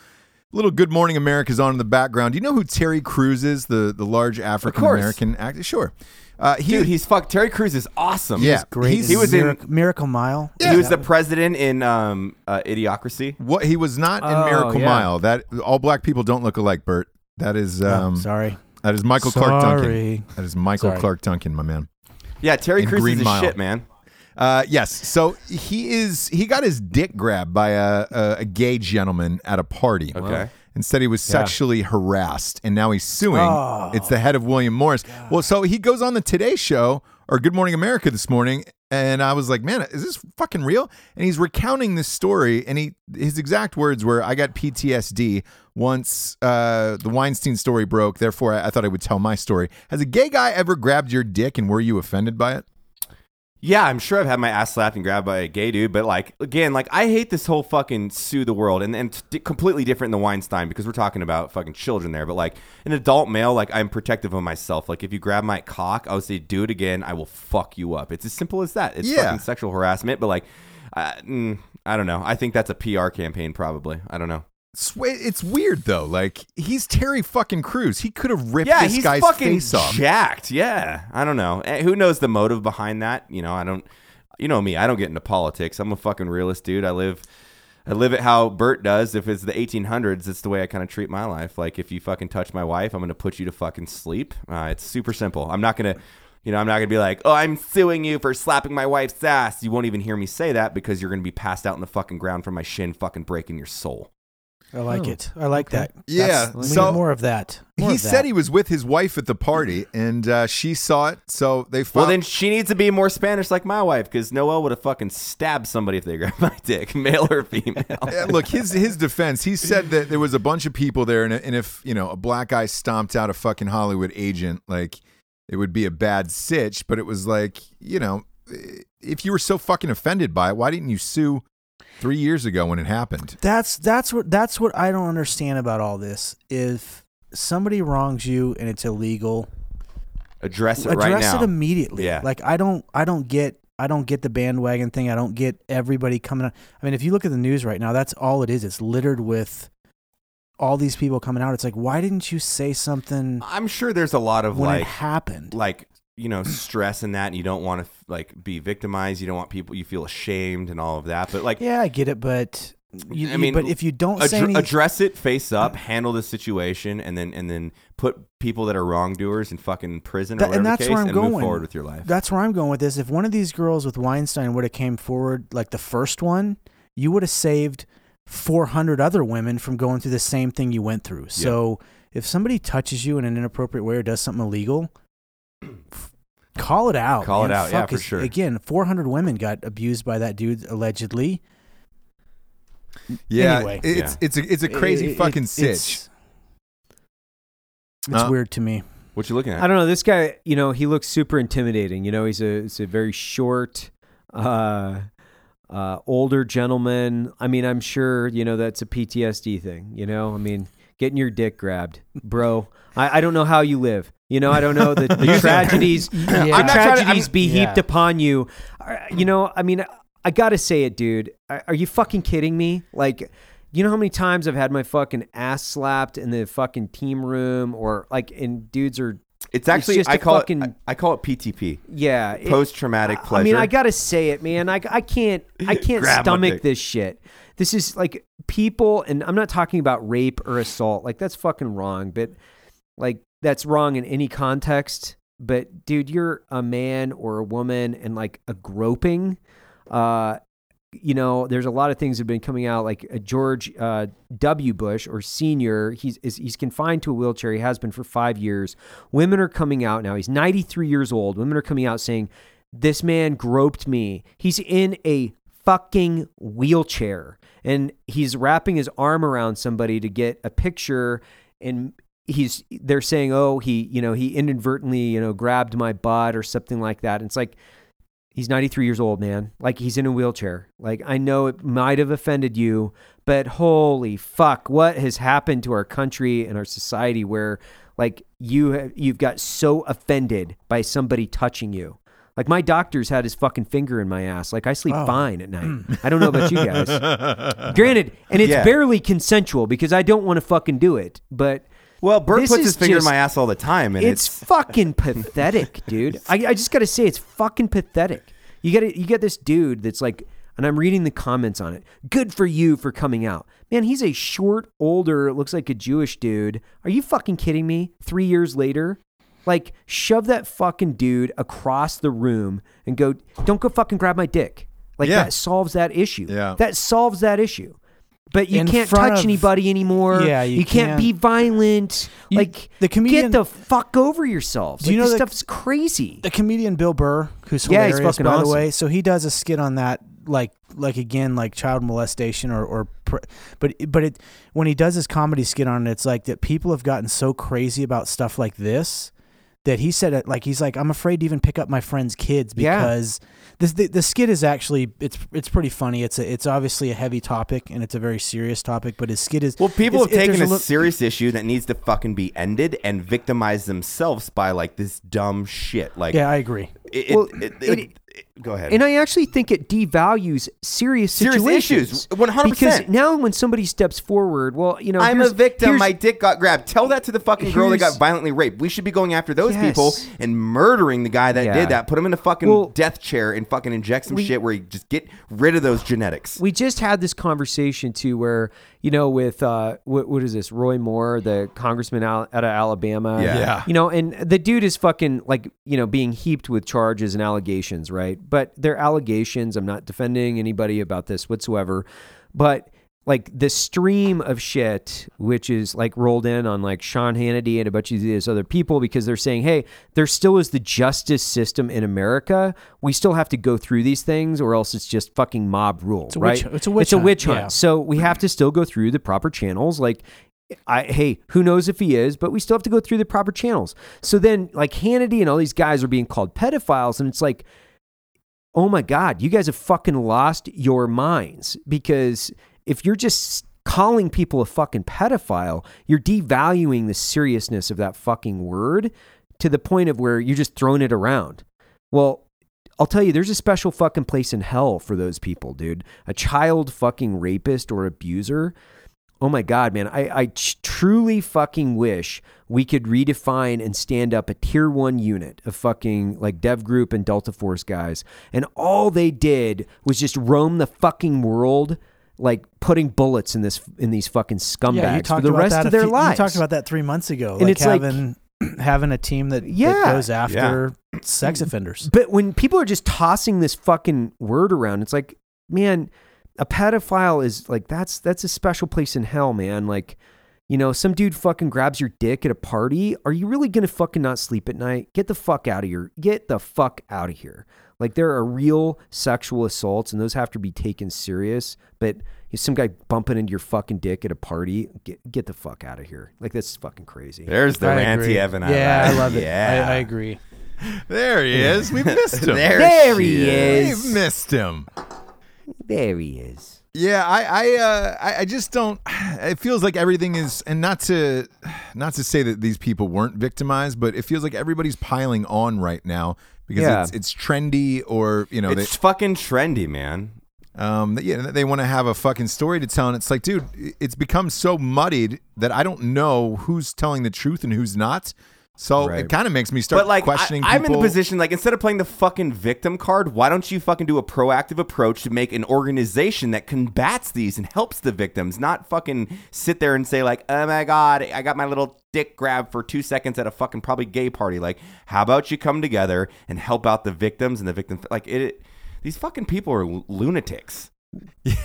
Speaker 6: Little Good Morning America's on in the background. Do you know who Terry Crews is? The the large African American actor. Sure. Uh, he,
Speaker 4: Dude, he's fuck. Terry Crews is awesome.
Speaker 6: yeah,
Speaker 3: Great.
Speaker 6: he's-
Speaker 4: He was in-
Speaker 3: Miracle, Miracle Mile.
Speaker 4: He was the president in um, uh, Idiocracy.
Speaker 6: what he was not in
Speaker 2: Oh,
Speaker 6: Miracle
Speaker 2: yeah.
Speaker 6: Mile. That all black people don't look alike, Bert. That is
Speaker 3: Oh,
Speaker 6: um,
Speaker 3: sorry.
Speaker 6: that is Michael Clark Duncan.
Speaker 3: Sorry.
Speaker 6: That is Michael
Speaker 3: Sorry.
Speaker 6: Clark Duncan, my man.
Speaker 4: Yeah, Terry
Speaker 6: In
Speaker 4: Crews
Speaker 6: Green
Speaker 4: is a
Speaker 6: Mile.
Speaker 4: shit man.
Speaker 6: Uh, yes. So he is. He got his dick grabbed by a, a, a gay gentleman at a party.
Speaker 4: Okay.
Speaker 6: And said he was sexually harassed, and now he's suing. It's the head of William Morris. Well, so he goes on the Today Show or Good Morning America this morning, and I was like, "Man, is this fucking real?" And he's recounting this story, and he his exact words were, "I got PTSD once uh, the Weinstein story broke. Therefore, I, I thought I would tell my story." Has a gay guy ever grabbed your dick, and were you offended by it?
Speaker 4: Yeah, I'm sure I've had my ass slapped and grabbed by a gay dude, but like again, like I hate this whole fucking sue the world, and and t- completely different than Weinstein because we're talking about fucking children there. But like an adult male, like I'm protective of myself. Like if you grab my cock, I would say do it again. I will fuck you up. It's as simple as that. It's
Speaker 6: Yeah.
Speaker 4: fucking sexual harassment, but like, I, mm, I don't know. I think that's a PR campaign, probably. I don't know.
Speaker 6: It's, wa- it's weird though. Like he's Terry fucking Crews. He could have ripped
Speaker 4: yeah,
Speaker 6: this
Speaker 4: he's
Speaker 6: guy's
Speaker 4: fucking
Speaker 6: face off.
Speaker 4: jacked. Yeah, I don't know. Eh, Who knows the motive behind that? You know, I don't. You know me. I don't get into politics. I'm a fucking realist, dude. I live. I live it how Bert does. If it's the 1800s, it's the way I kind of treat my life. Like if you fucking touch my wife, I'm gonna put you to fucking sleep. Uh, it's super simple. I'm not gonna. You know, I'm not gonna be like, oh, I'm suing you for slapping my wife's ass. You won't even hear me say that because you're gonna be passed out in the fucking ground from my shin, fucking breaking your soul.
Speaker 3: I like it. I like that.
Speaker 6: Oh. Yeah,
Speaker 3: That's- we
Speaker 6: so-
Speaker 3: need more of that. More
Speaker 6: he
Speaker 3: of that.
Speaker 6: said he was with his wife at the party, and uh, she saw it. So they filed.
Speaker 4: Well, then she needs to be more Spanish like my wife because Noelle would have fucking stabbed somebody if they grabbed my dick, male or female.
Speaker 6: Uh, look his his defense. He said that there was a bunch of people there, and, and if you know a black guy stomped out a fucking Hollywood agent, like it would be a bad sitch. But it was like you know, if you were so fucking offended by it, why didn't you sue three years ago when it happened?
Speaker 3: That's that's what that's what I don't understand about all this. If somebody wrongs you and it's illegal,
Speaker 4: Address it right
Speaker 3: address
Speaker 4: now.
Speaker 3: it immediately.
Speaker 4: Yeah.
Speaker 3: Like I don't I don't get I don't get the bandwagon thing. I don't get everybody coming out. I mean, if you look at the news right now, that's all it is. It's littered with all these people coming out. It's like, why didn't you say something
Speaker 4: I'm sure there's a lot of
Speaker 3: when it
Speaker 4: like,
Speaker 3: happened?
Speaker 4: like you know, stress in that, and you don't want to like be victimized. You don't want people. You feel ashamed and all of that. But like,
Speaker 3: yeah, I get it, but you,
Speaker 4: I
Speaker 3: you-
Speaker 4: mean,
Speaker 3: but if you don't say
Speaker 4: addr-
Speaker 3: anything,
Speaker 4: address it face up, handle the situation, and then and then put people that are wrongdoers in fucking prison
Speaker 3: That-
Speaker 4: or whatever
Speaker 3: and
Speaker 4: the
Speaker 3: that's
Speaker 4: case,
Speaker 3: where I'm
Speaker 4: and
Speaker 3: going
Speaker 4: move forward with your life.
Speaker 3: That's where I'm going with this. If one of these girls with Weinstein would have came forward like the first one, you would have saved 400 other women from going through the same thing you went through. So if somebody touches you in an inappropriate way or does something illegal, f- call it out.
Speaker 4: Call it
Speaker 3: man.
Speaker 4: out, yeah,
Speaker 3: Fuck,
Speaker 4: for
Speaker 3: it's-
Speaker 4: sure.
Speaker 3: Again, 400 women got abused by that dude allegedly.
Speaker 6: Yeah,
Speaker 3: Anyway.
Speaker 6: it's
Speaker 4: Yeah.
Speaker 6: it's a it's a crazy
Speaker 3: It- it-
Speaker 6: fucking
Speaker 3: it's-
Speaker 6: sitch.
Speaker 3: It's
Speaker 6: Uh,
Speaker 3: weird to me.
Speaker 4: What you looking at?
Speaker 2: I don't know. This guy, you know, he looks super intimidating. You know, he's a he's a very short, uh, uh, older gentleman. I mean, I'm sure you know that's a PTSD thing. You know, I mean, getting your dick grabbed, bro. I, I don't know how you live. You know, I don't know the, the tragedies. The
Speaker 4: I'm not trying to-
Speaker 2: tragedies
Speaker 4: I'm-
Speaker 2: be heaped
Speaker 3: Yeah.
Speaker 2: upon you. Uh, You know, I mean, I gotta say it, dude. Are are you fucking kidding me? Like. You know how many times I've had my fucking ass slapped in the fucking team room, or like, and dudes are
Speaker 4: It's actually
Speaker 2: just
Speaker 4: I
Speaker 2: a
Speaker 4: call
Speaker 2: fucking-
Speaker 4: it I, I call it PTP,
Speaker 2: yeah, it-
Speaker 4: post traumatic pleasure.
Speaker 2: I mean, I gotta say it, man. I, I can't I can't
Speaker 4: Grab my dick.
Speaker 2: stomach this shit. This is like people, and I'm not talking about rape or assault. Like that's fucking wrong, but like that's wrong in any context. But dude, you're a man or a woman, and like a groping. Uh, you know, there's a lot of things that have been coming out, like uh, George uh, W. Bush or senior. He's is, he's confined to a wheelchair. He has been for five years. Women are coming out now. He's 93 years old. Women are coming out saying, "This man groped me. He's in a fucking wheelchair, and he's wrapping his arm around somebody to get a picture." And he's they're saying, "Oh, he you know he inadvertently you know grabbed my butt or something like that." And it's like he's 93 years old, man. Like he's in a wheelchair. Like I know it might have offended you, but holy fuck, what has happened to our country and our society where like you have, you've got so offended by somebody touching you. Like my doctor's had his fucking finger in my ass. Like I sleep
Speaker 3: Wow.
Speaker 2: fine at night. I don't know about you guys. Granted, and it's
Speaker 4: Yeah.
Speaker 2: barely consensual because I don't want to fucking do it, but
Speaker 4: Well, Bert
Speaker 2: This
Speaker 4: puts
Speaker 2: is
Speaker 4: his finger
Speaker 2: just-
Speaker 4: in my ass all the time, and
Speaker 2: it's,
Speaker 4: it's,
Speaker 2: fucking pathetic, dude. I, I just got to say, it's fucking pathetic. You got to you got this dude that's like, and I'm reading the comments on it. Good for you for coming out, man. He's a short, older, looks like a Jewish dude. Are you fucking kidding me? Three years later, like, shove that fucking dude across the room and go. Don't go fucking grab my dick. Like
Speaker 6: Yeah.
Speaker 2: that solves that issue.
Speaker 6: Yeah.
Speaker 2: That solves that issue. But you
Speaker 3: In
Speaker 2: can't
Speaker 3: front
Speaker 2: touch
Speaker 3: of-
Speaker 2: anybody anymore.
Speaker 3: Yeah, you
Speaker 2: can't
Speaker 3: can't.
Speaker 2: be violent.
Speaker 3: You-
Speaker 2: like
Speaker 3: the comedian-
Speaker 2: get the fuck over yourselves.
Speaker 3: Do you
Speaker 2: Like,
Speaker 3: know
Speaker 2: this
Speaker 3: the-
Speaker 2: stuff's crazy.
Speaker 3: the comedian Bill Burr, who's
Speaker 2: Yeah, he's
Speaker 3: hilarious
Speaker 2: fucking
Speaker 3: by
Speaker 2: awesome.
Speaker 3: the way. So he does a skit on that, like like again, like child molestation or or, pr- but but it when he does his comedy skit on it, it's like that people have gotten so crazy about stuff like this that he said it like he's like I'm afraid to even pick up my friend's kids
Speaker 2: Yeah.
Speaker 3: because this the, the skit is actually it's it's pretty funny. It's a, it's obviously a heavy topic and it's a very serious topic, but his skit is
Speaker 4: well, people
Speaker 3: it's-
Speaker 4: have
Speaker 3: it-
Speaker 4: taken a,
Speaker 3: there's look-
Speaker 4: serious issue that needs to fucking be ended and victimized themselves by like this dumb shit. Like,
Speaker 3: Yeah, I agree.
Speaker 4: it,
Speaker 2: Well,
Speaker 4: it, it,
Speaker 2: it-
Speaker 4: like, it- go ahead.
Speaker 2: And I actually think it devalues
Speaker 4: Serious
Speaker 2: serious situations.
Speaker 4: issues, 100%.
Speaker 2: Because now when somebody steps forward, well, you know,
Speaker 4: I'm a
Speaker 2: here's-
Speaker 4: victim.
Speaker 2: here's-
Speaker 4: My dick got grabbed. Tell that to the fucking girl that got
Speaker 2: Here's-
Speaker 4: violently raped. We should be going after those
Speaker 2: Yes.
Speaker 4: people and murdering the guy that
Speaker 2: Yeah.
Speaker 4: did that. Put him in a fucking
Speaker 2: Well-
Speaker 4: death chair and fucking inject some
Speaker 2: We-
Speaker 4: shit where you just get rid of those genetics.
Speaker 2: we just had this conversation too, where you know, with uh, what, what is this, Roy Moore, the congressman out, out of Alabama,
Speaker 4: Yeah.
Speaker 6: Yeah.
Speaker 2: you know, and the dude is fucking like you know being heaped with charges and allegations, right? But they're allegations. I'm not defending anybody about this whatsoever, but. Like the stream of shit, which is like rolled in on like Sean Hannity and a bunch of these other people because they're saying, hey, there still is the justice system in America. We still have to go through these things or else it's just fucking mob rule
Speaker 3: a
Speaker 2: right?
Speaker 3: witch- it's a witch hunt,
Speaker 2: hunt.
Speaker 3: yeah. Mm-hmm.
Speaker 2: So we have to still go through the proper channels. Like, I hey, who knows if he is, but we still have to go through the proper channels. So then, like Hannity and all these guys are being called pedophiles, and it's like, oh my god, you guys have fucking lost your minds because if you're just calling people a fucking pedophile, you're devaluing the seriousness of that fucking word to the point of where you're just throwing it around. Well, I'll tell you, there's a special fucking place in hell for those people, dude. A child fucking rapist or abuser. Oh my God, man. I, I ch- truly fucking wish we could redefine and stand up a tier one unit of fucking like Dev Group and Delta Force guys. And all they did was just roam the fucking world. Like putting bullets in this in these fucking scumbags for the rest
Speaker 3: that
Speaker 2: of
Speaker 3: a
Speaker 2: their
Speaker 3: few-
Speaker 2: lives.
Speaker 3: You talked about that three months ago.
Speaker 2: And
Speaker 3: like
Speaker 2: it's like-
Speaker 3: having having a team that, that
Speaker 2: Yeah.
Speaker 3: goes after sex offenders.
Speaker 2: But when people are just tossing this fucking word around, it's like, man, a pedophile is like that's that's a special place in hell, man. Like, you know, some dude fucking grabs your dick at a party. Are you really gonna fucking not sleep at night? Get the fuck out of here. Get the fuck out of here. Like there are real sexual assaults, and those have to be taken serious. But if some guy bumping into your fucking dick at a party. Get get the fuck out of here. Like that's fucking crazy.
Speaker 4: There's the
Speaker 3: I
Speaker 4: ranty
Speaker 3: agree.
Speaker 4: Evan.
Speaker 3: Yeah, I
Speaker 4: like.
Speaker 3: love it.
Speaker 4: Yeah.
Speaker 3: I, I agree.
Speaker 6: There he is. We missed him.
Speaker 4: There,
Speaker 2: There
Speaker 4: she
Speaker 2: he
Speaker 4: is.
Speaker 2: is.
Speaker 6: We missed him.
Speaker 2: There he is.
Speaker 6: Yeah, I I, uh, I I just don't. It feels like everything is, and not to not to say that these people weren't victimized, but it feels like everybody's piling on right now because
Speaker 2: Yeah.
Speaker 6: it's it's trendy or you know
Speaker 4: It's fucking trendy, man.
Speaker 6: they um yeah they want to have a fucking story to tell, and it's like, dude, it's become so muddied that I don't know who's telling the truth and who's not. So it kind of makes me start
Speaker 4: But like,
Speaker 6: questioning.
Speaker 4: I, am in the
Speaker 6: people.
Speaker 4: position like instead of playing the fucking victim card, why don't you fucking do a proactive approach to make an organization that combats these and helps the victims, not fucking sit there and say like, oh my god, I got my little dick grab for two seconds at a fucking probably gay party. Like, how about you come together and help out the victims and the victim? Like it. these fucking people are l- lunatics.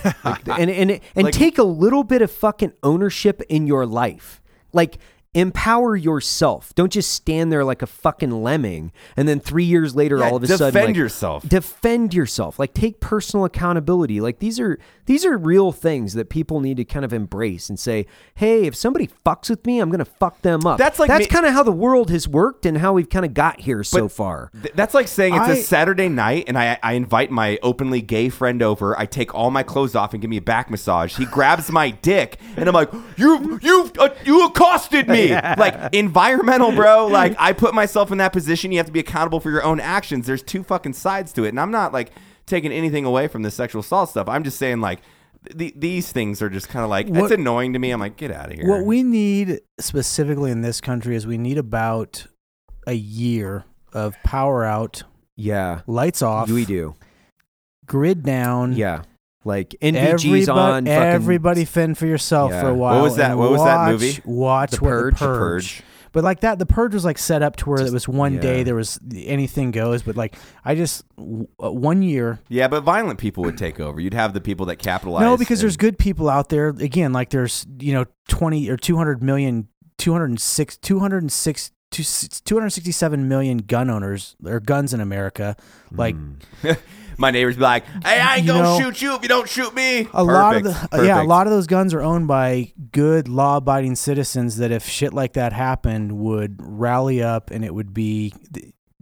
Speaker 2: and and and
Speaker 4: Like-
Speaker 2: take a little bit of fucking ownership in your life. Like empower yourself. Don't just stand there like a fucking lemming and then 3 years later
Speaker 4: Yeah,
Speaker 2: all of a
Speaker 4: defend
Speaker 2: sudden like,
Speaker 4: yourself.
Speaker 2: Defend yourself. Like take personal accountability. Like these are these are real things that people need to kind of embrace and say, "Hey, if somebody fucks with me, I'm going to fuck them up."
Speaker 4: That's like
Speaker 2: That's
Speaker 4: me-
Speaker 2: kind of how the world has worked and how we've kind of got here so far.
Speaker 4: Th- that's like saying it's a
Speaker 3: I-
Speaker 4: Saturday night and I, I invite my openly gay friend over. I take all my clothes off and give me a back massage. He grabs my dick and I'm like, you you uh, you accosted me. Like environmental, bro. Like I put myself in that position. You have to be accountable for your own actions. There's two fucking sides to it, and I'm not like taking anything away from the sexual assault stuff. I'm just saying like. th- th- these things are just kind of like it's annoying to me. I'm like, get out of here.
Speaker 3: What we need specifically in this country is we need about a year of power out,
Speaker 2: Yeah,
Speaker 3: lights off,
Speaker 2: we do.
Speaker 3: grid down.
Speaker 2: Yeah, like
Speaker 3: Everybody,
Speaker 2: NVG's on. Fucking,
Speaker 3: everybody fend for yourself for
Speaker 2: Yeah.
Speaker 3: a
Speaker 2: What
Speaker 3: while.
Speaker 4: was that-
Speaker 3: and
Speaker 4: what was that
Speaker 3: watch-
Speaker 4: movie?
Speaker 3: Watch
Speaker 2: The
Speaker 3: where
Speaker 2: Purge?
Speaker 3: the
Speaker 2: The
Speaker 3: purge. But like that, the purge was like set up to where it was one
Speaker 2: yeah.
Speaker 3: day there was anything goes. But like I just w- uh, one year
Speaker 4: Yeah, but violent people would take over. You'd have the people that capitalize.
Speaker 3: No, because
Speaker 4: and-
Speaker 3: there's good people out there. Again, like there's, you know, 20 or 200 million, 206, 206, 267 million gun owners or guns in America. Like
Speaker 4: my neighbors be like, "Hey, I ain't
Speaker 3: You
Speaker 4: gonna
Speaker 3: know,
Speaker 4: shoot you if you don't shoot me."
Speaker 3: a lot of
Speaker 4: Perfect,
Speaker 3: the, yeah, a
Speaker 4: perfect.
Speaker 3: lot of those guns are owned by good law abiding citizens that if shit like that happened would rally up and it would be,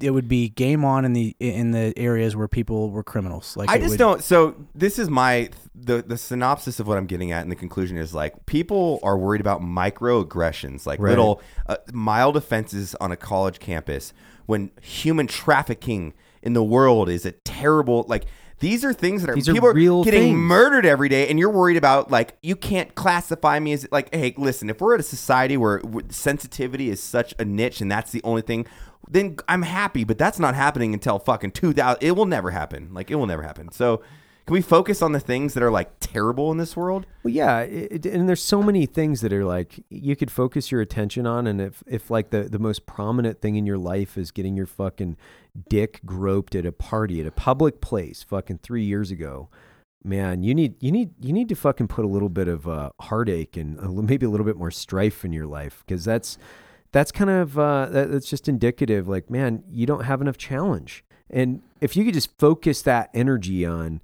Speaker 3: it would be game on in the, in the areas where people were criminals. Like
Speaker 4: I
Speaker 3: it
Speaker 4: just
Speaker 3: would-
Speaker 4: don't. So this is my the the synopsis of what I'm getting at, and the conclusion is like people are worried about microaggressions, like little uh, mild offenses on a college campus, when human trafficking in the world is a terrible like. These are things that are
Speaker 2: These are
Speaker 4: people are,
Speaker 2: real
Speaker 4: getting
Speaker 2: things.
Speaker 4: murdered every day, and you're worried about like you can't classify me as like. Hey, listen, if we're at a society where where sensitivity is such a niche, and that's the only thing, then I'm happy. But that's not happening until fucking 2000. It will never happen. Like it will never happen. So can we focus on the things that are like terrible in this world?
Speaker 2: Well, yeah, it, and there's so many things that are like you could focus your attention on, and if if like the the most prominent thing in your life is getting your fucking dick groped at a party at a public place, fucking three years ago, man, you need you need you need to fucking put a little bit of uh, heartache and a, li- maybe a little bit more strife in your life because that's that's kind of uh, that, that's just indicative. Like, man, you don't have enough challenge, and if you could just focus that energy on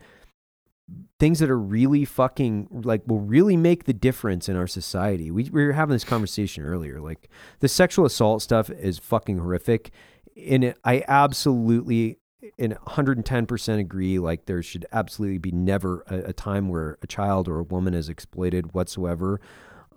Speaker 2: things that are really fucking like will really make the difference in our society. We, we were having this conversation earlier. Like the sexual assault stuff is fucking horrific, and it, I absolutely and 110% agree like there should absolutely be never a, a time where a child or a woman is exploited whatsoever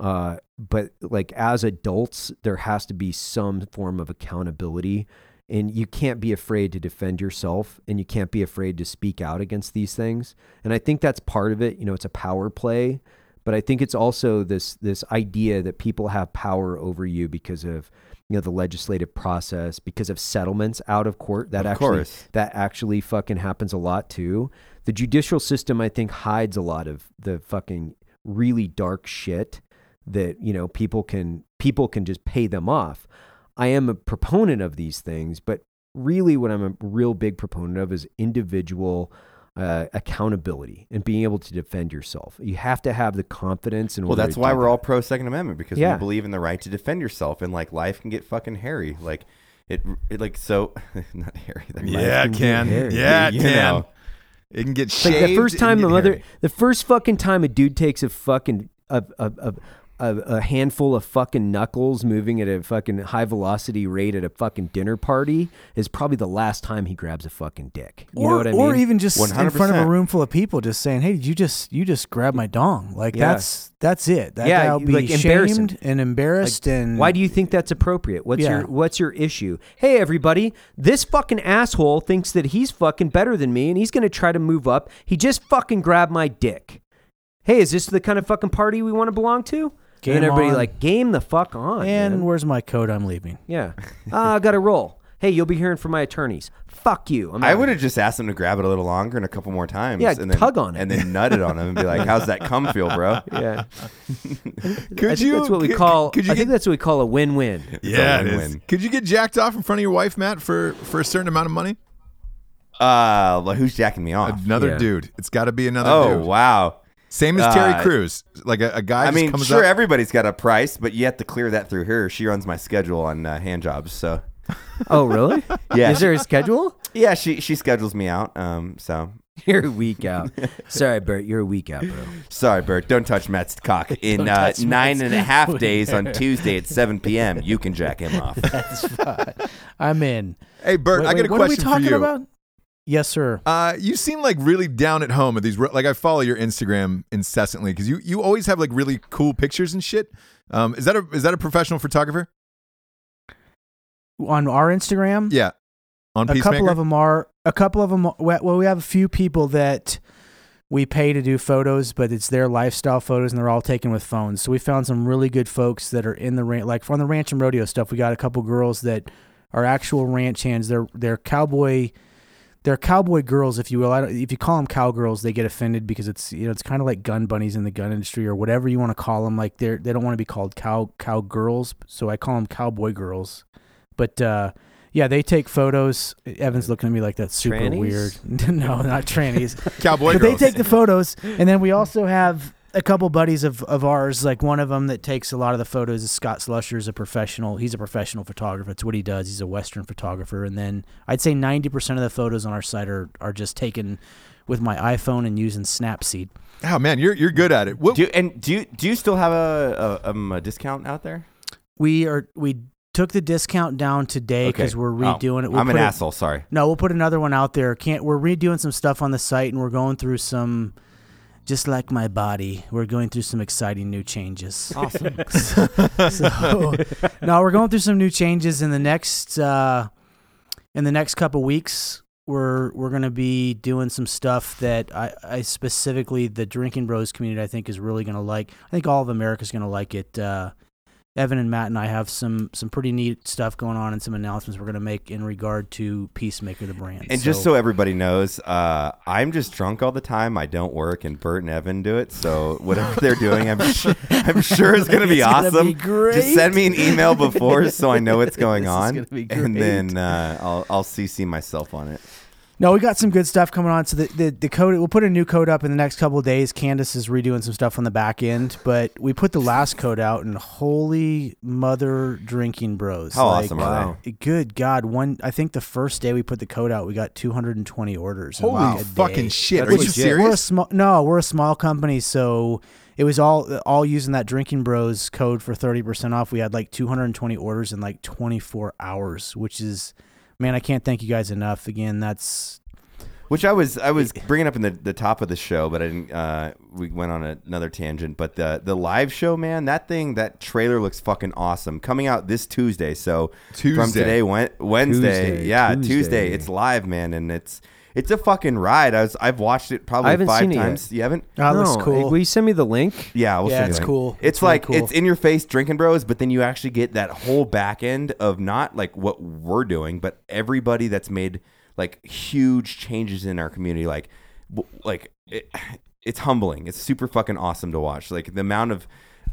Speaker 2: uh, but like as adults there has to be some form of accountability and you can't be afraid to defend yourself and you can't be afraid to speak out against these things and i think that's part of it you know it's a power play but i think it's also this this idea that people have power over you because of you know the legislative process because of settlements out of court that
Speaker 4: Of
Speaker 2: actually
Speaker 4: course.
Speaker 2: that actually fucking happens a lot too the judicial system i think hides a lot of the fucking really dark shit that you know people can people can just pay them off i am a proponent of these things but really what i'm a real big proponent of is individual uh, accountability and being able to defend yourself you have to have the confidence and
Speaker 4: Well, that's why we're all pro Second Amendment because
Speaker 2: Yeah.
Speaker 4: we believe in the right to defend yourself, and like life can get fucking hairy. Like it, it like so not hairy. like, life
Speaker 6: Yeah, it
Speaker 2: get
Speaker 6: can.
Speaker 2: hairy.
Speaker 6: Yeah, it
Speaker 4: You
Speaker 6: can.
Speaker 4: know.
Speaker 6: It can get
Speaker 2: Like
Speaker 6: shaved.
Speaker 2: the first
Speaker 6: it can
Speaker 2: time
Speaker 6: get
Speaker 2: the mother,
Speaker 6: hairy.
Speaker 2: the first fucking time a dude takes a fucking a a, a a a handful of fucking knuckles moving at a fucking high velocity rate at a fucking dinner party is probably the last time he grabs a fucking dick. You
Speaker 3: or,
Speaker 2: know what I mean?
Speaker 3: or even just in front of a
Speaker 4: 100%.
Speaker 3: room full of people, just saying, "Hey, did you just you just grab my dong?" Like
Speaker 2: Yeah.
Speaker 3: that's that's it. That
Speaker 2: Yeah,
Speaker 3: guy will
Speaker 2: you-
Speaker 3: be
Speaker 2: like, embarrassing.
Speaker 3: shamed and embarrassed. and
Speaker 2: Why do you think that's appropriate? What's
Speaker 3: Yeah.
Speaker 2: your what's your issue? Hey everybody, this fucking asshole thinks that he's fucking better than me and he's going to try to move up. He just fucking grabbed my dick. Hey, is this the kind of fucking party we want to belong to?
Speaker 3: Game
Speaker 2: and everybody
Speaker 3: on.
Speaker 2: like game the fuck on.
Speaker 3: And
Speaker 2: man.
Speaker 3: where's my coat? I'm leaving.
Speaker 2: Yeah. Uh, I got to roll. Hey, you'll be hearing from my attorneys. Fuck you. I'm
Speaker 4: I
Speaker 2: out.
Speaker 4: would have just asked him to grab it a little longer and a couple more times.
Speaker 2: Yeah,
Speaker 4: and then,
Speaker 2: tug on it.
Speaker 4: and then nutted on him and be like, "How's that cum feel, bro?"
Speaker 2: Yeah.
Speaker 6: Could
Speaker 2: I think
Speaker 6: you,
Speaker 2: that's what we
Speaker 6: could-
Speaker 2: call.
Speaker 6: Could you
Speaker 2: I think
Speaker 6: get,
Speaker 2: that's what we call a win-win.
Speaker 4: a
Speaker 6: yeah, it is.
Speaker 4: win-win.
Speaker 6: Could you get jacked off in front of your wife, Matt, for for a certain amount of money?
Speaker 4: Uh, like, who's jacking me off?
Speaker 6: Another
Speaker 2: Yeah.
Speaker 6: dude. It's got to be another
Speaker 4: Oh
Speaker 6: dude.
Speaker 4: wow!
Speaker 6: Same as Terry
Speaker 4: Uh,
Speaker 6: Crews. Like a, a guy.
Speaker 4: I
Speaker 6: just
Speaker 4: mean,
Speaker 6: comes
Speaker 4: sure,
Speaker 6: up-
Speaker 4: everybody's got a price, but you have to clear that through her. She runs my schedule on uh, hand jobs, so
Speaker 2: Oh, really?
Speaker 4: Yeah.
Speaker 2: Is there a schedule?
Speaker 4: yeah, she she schedules me out. Um, so
Speaker 2: You're a week out. Sorry, Bert. You're a week out, bro.
Speaker 4: Sorry, Bert. Don't touch Matt's cock. In uh, nine and a half days on Tuesday at 7 p.m., you can jack him off.
Speaker 3: I'm in.
Speaker 6: Hey, Bert,
Speaker 3: Wait,
Speaker 6: I
Speaker 3: wait,
Speaker 6: got a
Speaker 3: what
Speaker 6: question
Speaker 3: are we talking
Speaker 6: for you.
Speaker 3: about? Yes, sir.
Speaker 6: Uh, you seem like really down at home at these. Like I follow your Instagram incessantly because you you always have like really cool pictures and shit. Um, is that a is that a professional photographer?
Speaker 3: On our Instagram,
Speaker 6: Yeah, on
Speaker 3: a
Speaker 6: Peacemaker.
Speaker 3: couple of them are. A couple of them. Well, we have a few people that we pay to do photos, but it's their lifestyle photos, and they're all taken with phones. So we found some really good folks that are in the ranch, like on the ranch and rodeo stuff. We got a couple girls that are actual ranch hands. They're they're cowboy, they're cowboy girls, if you will. I don't, if you call them cowgirls, they get offended because it's you know it's kind of like gun bunnies in the gun industry or whatever you want to call them. Like they're they don't want to be called cow cowgirls, so I call them cowboy girls. But uh, yeah, they take photos. Evan's looking at me like that's super
Speaker 2: Trannies?
Speaker 3: weird. no, not trannies
Speaker 6: Cowboy
Speaker 3: but
Speaker 6: girls.
Speaker 3: they take the photos and then we also have a couple buddies of, of ours like one of them that takes a lot of the photos is scott slusher is a professional he's a professional photographer it's what he does he's a western photographer and then i'd say 90% of the photos on our site are, are just taken with my iphone and using snapseed
Speaker 6: oh man, you're you're good at it. What,
Speaker 4: Do you, and do you, do you still have a, a um a discount out there?
Speaker 3: we are we took the discount down today because we're redoing
Speaker 4: Oh,
Speaker 3: it We'll
Speaker 4: I'm an
Speaker 3: put it-
Speaker 4: asshole. Sorry.
Speaker 3: No, we'll put another one out there. Can't we're redoing some stuff on the site and we're going through some just like my body, we're going through some exciting new changes. Awesome. so, no, we're going through some new changes in the next uh in the next couple weeks. We're we're gonna be doing some stuff that I, I specifically the Drinking Bros community I think is really gonna like. I think all of America's gonna like it. Uh Evan and Matt and I have some some pretty neat stuff going on and some announcements we're going to make in regard to Peacemaker the brand.
Speaker 4: And just so everybody knows, uh, I'm just drunk all the time. I don't work, and Bert and Evan do it. So whatever they're doing, I'm sure, I'm sure it's gonna be awesome. Just send me an email before so I know what's going on, and then uh, I'll I'll CC myself on it.
Speaker 3: no, we got some good stuff coming on. So the, the the code we'll put a new code up in the next couple of days. Candace is redoing some stuff on the back end, but we put the last code out and holy mother drinking bros!
Speaker 4: How awesome are Wow.
Speaker 3: Good God! One, I think the first day we put the code out, we got 220 orders. in
Speaker 6: holy
Speaker 3: like a
Speaker 6: fucking
Speaker 3: day.
Speaker 6: shit!
Speaker 2: That's
Speaker 6: Are you
Speaker 2: legit.
Speaker 3: We're a
Speaker 6: serious?
Speaker 3: small no, we're a small company, so it was all all using that Drinking Bros code for thirty percent off. We had like two hundred and twenty orders in like twenty four hours, which is man, I can't thank you guys enough. Again, that's
Speaker 4: Which I was I was bringing up in the, the top of the show, but I didn't. Uh, we went on another tangent. But the the live show, man, that thing, that trailer looks fucking awesome. Coming out this Tuesday, so from
Speaker 6: Tuesday.
Speaker 4: today, Wed- Wednesday,
Speaker 2: Tuesday,
Speaker 4: yeah, Tuesday.
Speaker 2: Tuesday.
Speaker 4: It's live, man, and it's it's a fucking ride. I was I've watched it
Speaker 2: I
Speaker 4: probably
Speaker 2: haven't
Speaker 4: five
Speaker 2: seen it yet.
Speaker 4: times. You haven't?
Speaker 3: that
Speaker 2: no,
Speaker 3: looks cool.
Speaker 2: Will you send me the link?
Speaker 4: Yeah, we'll
Speaker 3: Yeah,
Speaker 4: send you
Speaker 3: it's
Speaker 4: the link.
Speaker 3: cool.
Speaker 4: It's,
Speaker 3: It's really
Speaker 4: like
Speaker 3: cool.
Speaker 4: it's in your face, drinking bros, but then you actually get that whole back end of not like what we're doing, but everybody that's made like huge changes in our community. Like, w- like it, it's humbling. It's super fucking awesome to watch. Like the amount of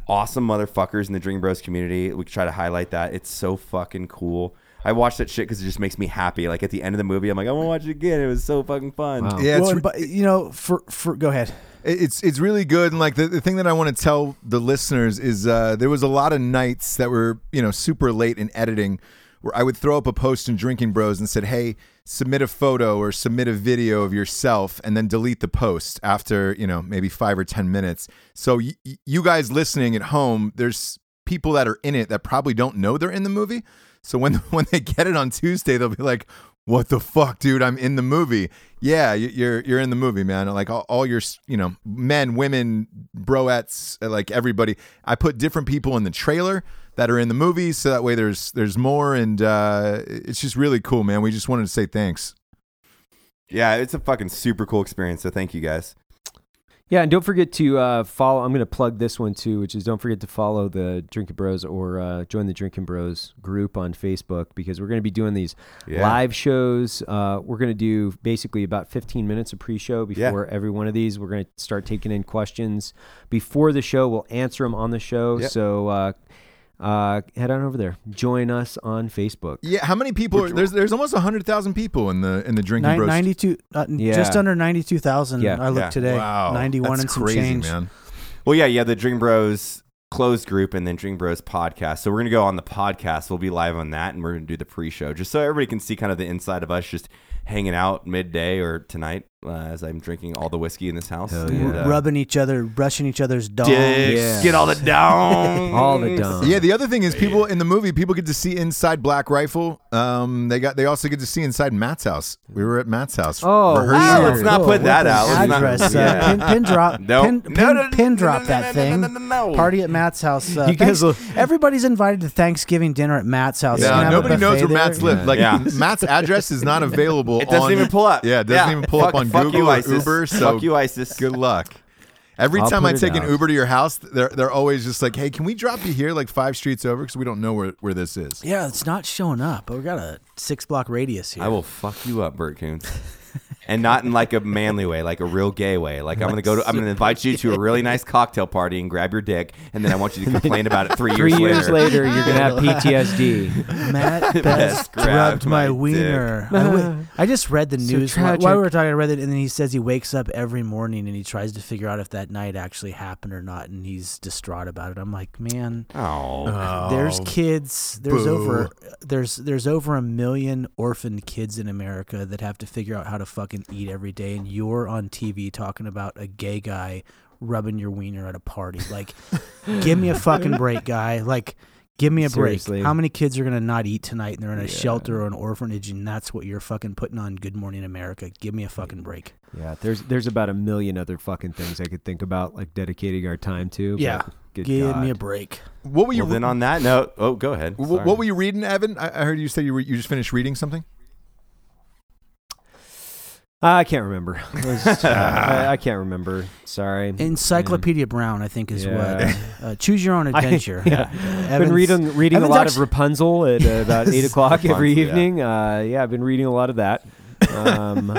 Speaker 4: awesome motherfuckers in the Drinking Bros community. We try to highlight that. It's so fucking cool. I watch that shit because it just makes me happy. Like at the end of the movie, I'm like, I want to watch it again. It was so fucking fun.
Speaker 2: Wow.
Speaker 6: Yeah, it's
Speaker 3: Well, but you know, for for go ahead.
Speaker 6: It- It's it's really good, and like the, the thing that I want to tell the listeners is uh, there was a lot of nights that were you know super late in editing, where I would throw up a post in Drinking Bros and said, "Hey, submit a photo or submit a video of yourself," and then delete the post after you know maybe five or ten minutes. So y- y- you guys listening at home, there's people that are in it that probably don't know they're in the movie. So when when they get it on Tuesday, they'll be like, "What the fuck, dude? I'm in the movie." Yeah, you- you're you're in the movie, man. Like all, all your you know men, women, broettes, uh, like everybody. I put different people in the trailer that are in the movie, so that way there's there's more, and uh, it's just really cool, man. We just wanted to say thanks.
Speaker 4: Yeah, it's a fucking super cool experience. So thank you guys.
Speaker 2: Yeah, and don't forget to uh, follow. I'm going to plug this one too, which is don't forget to follow the Drinking Bros or uh, join the Drinking Bros group on Facebook because we're going to be doing these
Speaker 4: Yeah.
Speaker 2: live shows. Uh, we're going to do basically about 15 minutes of pre-show
Speaker 4: Yeah.
Speaker 2: before every one of these. We're going to start taking in questions before the show. We'll answer them on the show.
Speaker 4: Yep.
Speaker 2: So uh, uh, head on over there. Join us on Facebook.
Speaker 6: Yeah, how many people? Are, there's there's almost hundred thousand people in the in the drinking
Speaker 3: Nine,
Speaker 6: bros.
Speaker 3: 92 uh,
Speaker 2: Yeah.
Speaker 3: just under 92,000
Speaker 2: Yeah.
Speaker 3: I looked
Speaker 4: Yeah.
Speaker 3: today.
Speaker 6: Wow,
Speaker 3: 91
Speaker 6: that's
Speaker 3: and some
Speaker 6: crazy,
Speaker 3: change.
Speaker 6: man.
Speaker 4: Well, yeah, yeah, the Dream Bros closed group and then Dream Bros podcast. So we're gonna go on the podcast. We'll be live on that, and we're gonna do the pre-show just so everybody can see kind of the inside of us just hanging out midday or tonight uh, as I'm drinking all the whiskey in this house.
Speaker 2: Hell
Speaker 3: R-
Speaker 4: And,
Speaker 2: yeah.
Speaker 4: uh,
Speaker 3: Rubbing each other, brushing each other's dong.
Speaker 4: dicks,
Speaker 2: Yeah.
Speaker 4: get all the down,
Speaker 2: All the dumb.
Speaker 6: Yeah, the other thing is people in the movie, people get to see inside Black Rifle. Um, they got they also get to see inside Matt's house. We were at Matt's house.
Speaker 2: Oh,
Speaker 6: rehearsing.
Speaker 4: Ah,
Speaker 2: Weird.
Speaker 4: let's not
Speaker 3: Cool.
Speaker 4: put that
Speaker 3: What
Speaker 4: out.
Speaker 3: the
Speaker 4: Let's not-
Speaker 3: Address, uh,
Speaker 4: yeah.
Speaker 3: pin, pin drop,
Speaker 4: No.
Speaker 3: pin,
Speaker 4: No,
Speaker 3: pin,
Speaker 4: no, no,
Speaker 3: pin
Speaker 4: no,
Speaker 3: drop
Speaker 4: no,
Speaker 3: that
Speaker 4: no, no,
Speaker 3: thing.
Speaker 4: no, no, no, no.
Speaker 3: Party at Matt's house. Uh,
Speaker 2: You guys
Speaker 3: thanks-
Speaker 2: will-
Speaker 3: everybody's invited to Thanksgiving dinner at Matt's house. It's gonna
Speaker 6: Yeah,
Speaker 3: have a
Speaker 6: nobody knows where
Speaker 3: buffet there.
Speaker 6: Matt's lived. Like
Speaker 4: Yeah.
Speaker 6: Matt's address is not available.
Speaker 4: It doesn't
Speaker 6: on-
Speaker 4: even pull up.
Speaker 6: Yeah, it doesn't
Speaker 4: Yeah.
Speaker 6: even pull
Speaker 4: Fuck
Speaker 6: up on on
Speaker 4: Fuck
Speaker 6: Google
Speaker 4: you,
Speaker 6: or
Speaker 4: ISIS.
Speaker 6: Uber.
Speaker 4: Fuck
Speaker 6: So
Speaker 4: you, ISIS.
Speaker 6: Good luck. Every
Speaker 2: I'll
Speaker 6: time I
Speaker 2: put it
Speaker 6: take an
Speaker 2: out.
Speaker 6: Uber to your house, they're they're always just like, "Hey, can we drop you here, like five streets over, because we don't know where, where this is."
Speaker 3: Yeah, it's not showing up, but we got a six block radius here.
Speaker 4: I will fuck you up, Bert Coons. and not in like a manly way, like a real gay way. Like I'm gonna go to, I'm gonna invite you to a really nice cocktail party and grab your dick, and then I want you to complain about it three,
Speaker 2: Three years later, you're gonna have PTSD.
Speaker 3: Matt
Speaker 4: Best
Speaker 3: Best
Speaker 4: grabbed
Speaker 3: rubbed
Speaker 4: my
Speaker 3: my
Speaker 4: dick.
Speaker 3: wiener. I, wa- I just read the news wh-
Speaker 2: tragic.
Speaker 3: while we were talking. I read it, and then he says he wakes up every morning and he tries to figure out if that night actually happened or not, and he's distraught about it. I'm like, man,
Speaker 4: Oh,
Speaker 3: there's kids. There's
Speaker 6: boo.
Speaker 3: over there's there's over a million orphaned kids in America that have to figure out how to fucking eat every day, and you're on TV talking about a gay guy rubbing your wiener at a party. Like, give me a fucking break, guy. Like. Give me a
Speaker 2: Seriously.
Speaker 3: break. How many kids are gonna not eat tonight and they're in a shelter or an orphanage and that's what you're fucking putting on Good Morning America? Give me a fucking break.
Speaker 2: Yeah, there's there's about a million other fucking things I could think about, like dedicating our time to. but
Speaker 3: Yeah.
Speaker 2: good
Speaker 3: give me a
Speaker 2: God.
Speaker 3: break.
Speaker 6: What were you?
Speaker 4: well, then on that note, oh, go ahead.
Speaker 6: wh-
Speaker 4: Sorry.
Speaker 6: what were you reading, Evan? I, I heard you say you, were, you just finished reading something.
Speaker 2: Ah, I can't remember. It was- uh, I, I can't remember. Sorry.
Speaker 3: Encyclopedia Brown, I think, is
Speaker 2: Yeah.
Speaker 3: what uh, choose your own
Speaker 2: I-
Speaker 3: adventure.
Speaker 2: yeah. I've been
Speaker 3: Evan's-
Speaker 2: reading reading a
Speaker 3: Evan's
Speaker 2: lot
Speaker 3: actu-
Speaker 2: of Rapunzel at uh, about eight o'clock every
Speaker 4: Rapunzel, yeah.
Speaker 2: evening. Uh, yeah, I've been reading a lot of that. Um,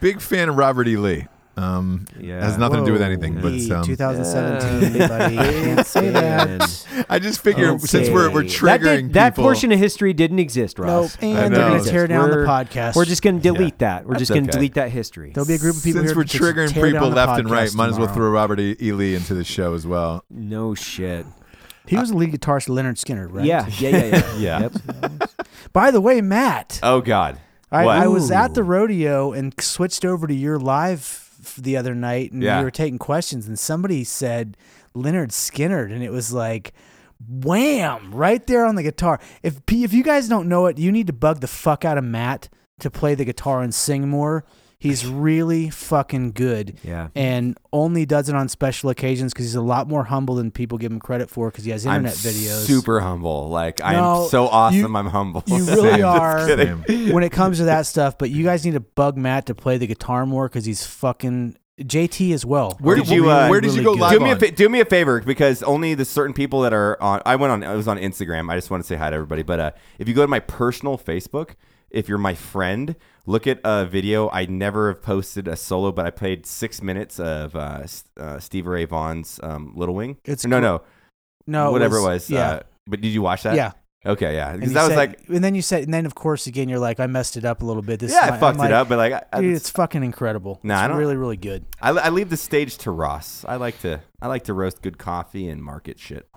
Speaker 6: Big fan of Robert E. Lee. Um,
Speaker 2: yeah,
Speaker 6: Has nothing to do with
Speaker 3: Whoa.
Speaker 6: anything,
Speaker 3: Hey,
Speaker 6: but um,
Speaker 3: 2017,
Speaker 2: Yeah.
Speaker 3: buddy. Can't say
Speaker 2: Man.
Speaker 3: that.
Speaker 6: I just figure
Speaker 2: Okay.
Speaker 6: since we're we're triggering
Speaker 2: that, did- that
Speaker 6: people,
Speaker 2: portion of history didn't exist, Ross.
Speaker 3: Nope. And
Speaker 6: know.
Speaker 3: they're going to tear down
Speaker 2: We're-
Speaker 3: the podcast.
Speaker 2: We're just going to delete that. We're just going to
Speaker 4: okay.
Speaker 2: delete that history.
Speaker 3: There'll be a group of people
Speaker 6: since
Speaker 3: here
Speaker 6: we're
Speaker 3: that just
Speaker 6: triggering
Speaker 3: tear
Speaker 6: people
Speaker 3: down the
Speaker 6: left and right,
Speaker 3: podcast
Speaker 6: might as well
Speaker 3: tomorrow.
Speaker 6: throw Robert E. E. Lee into the show as well.
Speaker 2: No shit.
Speaker 3: He was the lead guitarist of Leonard Skinner, right?
Speaker 2: Yeah, yeah, yeah, yeah.
Speaker 4: Yeah.
Speaker 2: Yep.
Speaker 3: By the way, Matt,
Speaker 4: Oh God.
Speaker 3: I,
Speaker 4: What?
Speaker 3: I was at the rodeo and switched over to your live f- the other night, and
Speaker 4: Yeah.
Speaker 3: you were taking questions, and somebody said Leonard Skinner, and it was like. Wham! Right there on the guitar. If P- if you guys don't know it, you need to bug the fuck out of Matt to play the guitar and sing more. He's really fucking good.
Speaker 2: Yeah.
Speaker 3: and only does it on special occasions because he's a lot more humble than people give him credit for because he has
Speaker 4: I'm
Speaker 3: internet videos.
Speaker 4: super humble. Like I
Speaker 3: No,
Speaker 4: am so awesome.
Speaker 3: you-
Speaker 4: I'm humble.
Speaker 3: You
Speaker 6: Same.
Speaker 3: really are
Speaker 6: kidding.
Speaker 3: when it comes to that stuff. But you guys need to bug Matt to play the guitar more because he's fucking JT as well.
Speaker 6: Where
Speaker 4: did you, uh,
Speaker 6: where did you go
Speaker 3: good.
Speaker 6: live
Speaker 4: do me a
Speaker 6: on?
Speaker 4: fa- do me a favor because only the certain people that are on. I went on. I was on Instagram. I just want to say hi to everybody. But uh, if you go to my personal Facebook, if you're my friend, look at a video. I never have posted a solo, but I played six minutes of uh, S- uh, Steve Ray Vaughan's um, Little Wing.
Speaker 3: It's
Speaker 4: no,
Speaker 3: cool.
Speaker 4: no,
Speaker 3: No,
Speaker 4: whatever it was.
Speaker 3: yeah,
Speaker 4: Uh, but did you watch that?
Speaker 3: yeah.
Speaker 4: Okay, yeah. Because
Speaker 3: you
Speaker 4: that was
Speaker 3: said-
Speaker 4: like,
Speaker 3: and then you said, and then of course again, you're like, I messed it up a little bit. This
Speaker 4: yeah,
Speaker 3: is my-
Speaker 4: I fucked
Speaker 3: I'm
Speaker 4: it
Speaker 3: like,
Speaker 4: up, but like, I, I,
Speaker 3: Dude, it's fucking incredible.
Speaker 4: Nah,
Speaker 3: it's
Speaker 4: I don't-
Speaker 3: really, really good.
Speaker 4: I, I leave the stage to Ross. I like to, I like to roast good coffee and market shit.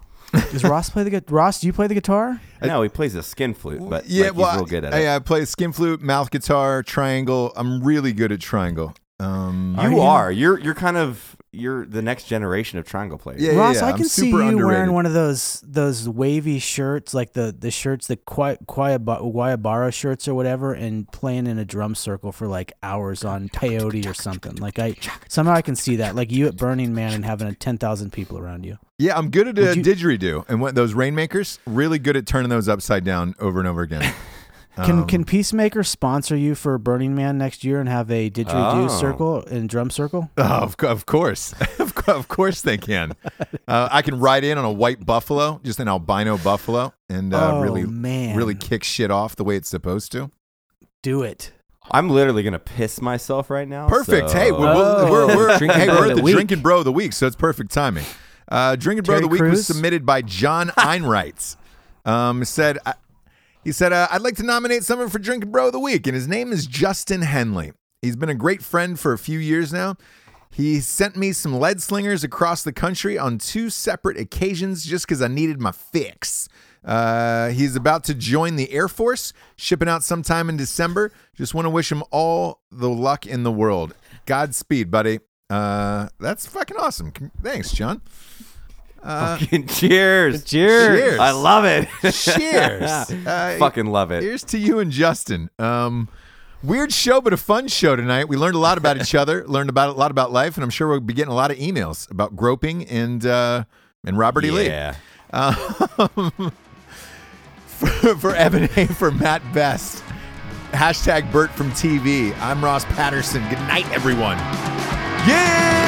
Speaker 3: Does Ross play the guitar? Ross, do you play the guitar?
Speaker 4: no, he plays a skin flute, but
Speaker 6: yeah,
Speaker 4: like,
Speaker 6: well,
Speaker 4: he's real good at it.
Speaker 6: I, I play skin flute, mouth guitar, triangle. I'm really good at triangle. Um,
Speaker 4: You are. You're you're kind of you're the next generation of triangle players.
Speaker 6: yeah, yeah,
Speaker 3: Ross,
Speaker 6: yeah,
Speaker 3: I
Speaker 6: I'm
Speaker 3: can see you
Speaker 6: super underrated.
Speaker 3: wearing one of those those wavy shirts, like the the shirts, the Guay- Guayaba- Guayabara shirts or whatever, and playing in a drum circle for like hours on peyote or something. Like I somehow I can see that, like you at Burning Man and having a ten thousand people around you.
Speaker 6: Yeah, I'm good at uh,
Speaker 3: Would you-
Speaker 6: didgeridoo and what, those rainmakers. Really good at turning those upside down over and over again.
Speaker 3: Can
Speaker 6: Um,
Speaker 3: can Peacemaker sponsor you for Burning Man next year and have a didgeridoo
Speaker 4: Oh.
Speaker 3: circle and drum circle?
Speaker 6: Oh, Of, cou- of course, of, cou- of course they can. Uh, I can ride in on a white buffalo, just an albino buffalo, and uh,
Speaker 3: oh
Speaker 6: really,
Speaker 3: man,
Speaker 6: really kick shit off the way it's supposed to.
Speaker 3: do it.
Speaker 4: I'm literally gonna piss myself right now.
Speaker 6: Perfect.
Speaker 4: so-
Speaker 6: Hey, we're, we're, we're, we're,
Speaker 2: Drinking
Speaker 6: hey,
Speaker 2: Bro
Speaker 6: we're at
Speaker 2: of the
Speaker 6: the
Speaker 2: Week.
Speaker 6: Drinking Bro of the Week, so it's perfect timing. Uh, Drinking Bro of
Speaker 3: Terry
Speaker 6: the Week was
Speaker 3: Crews?
Speaker 6: submitted by John Einrights. Um, said, I, he said, uh, I'd like to nominate someone for Drinking Bro of the Week, and his name is Justin Henley. He's been a great friend for a few years now. He sent me some lead slingers across the country on two separate occasions just because I needed my fix. Uh, he's about to join the Air Force, shipping out sometime in December. Just want to wish him all the luck in the world. Godspeed, buddy. Uh, that's fucking awesome. Con- Thanks, John.
Speaker 4: Fucking cheers.
Speaker 6: Cheers.
Speaker 4: I love it.
Speaker 6: Cheers. Uh,
Speaker 4: Fucking love it.
Speaker 6: Here's to you and Justin. Um, weird show, but a fun show tonight. We learned a lot about each other, learned about a lot about life, and I'm sure we'll be getting a lot of emails about groping and uh, and Robert E. Lee.
Speaker 4: Yeah.
Speaker 6: Um, for, for Evan A, for Matt Best, Hashtag Bert from TV. I'm Ross Patterson. Good night, everyone. Yeah!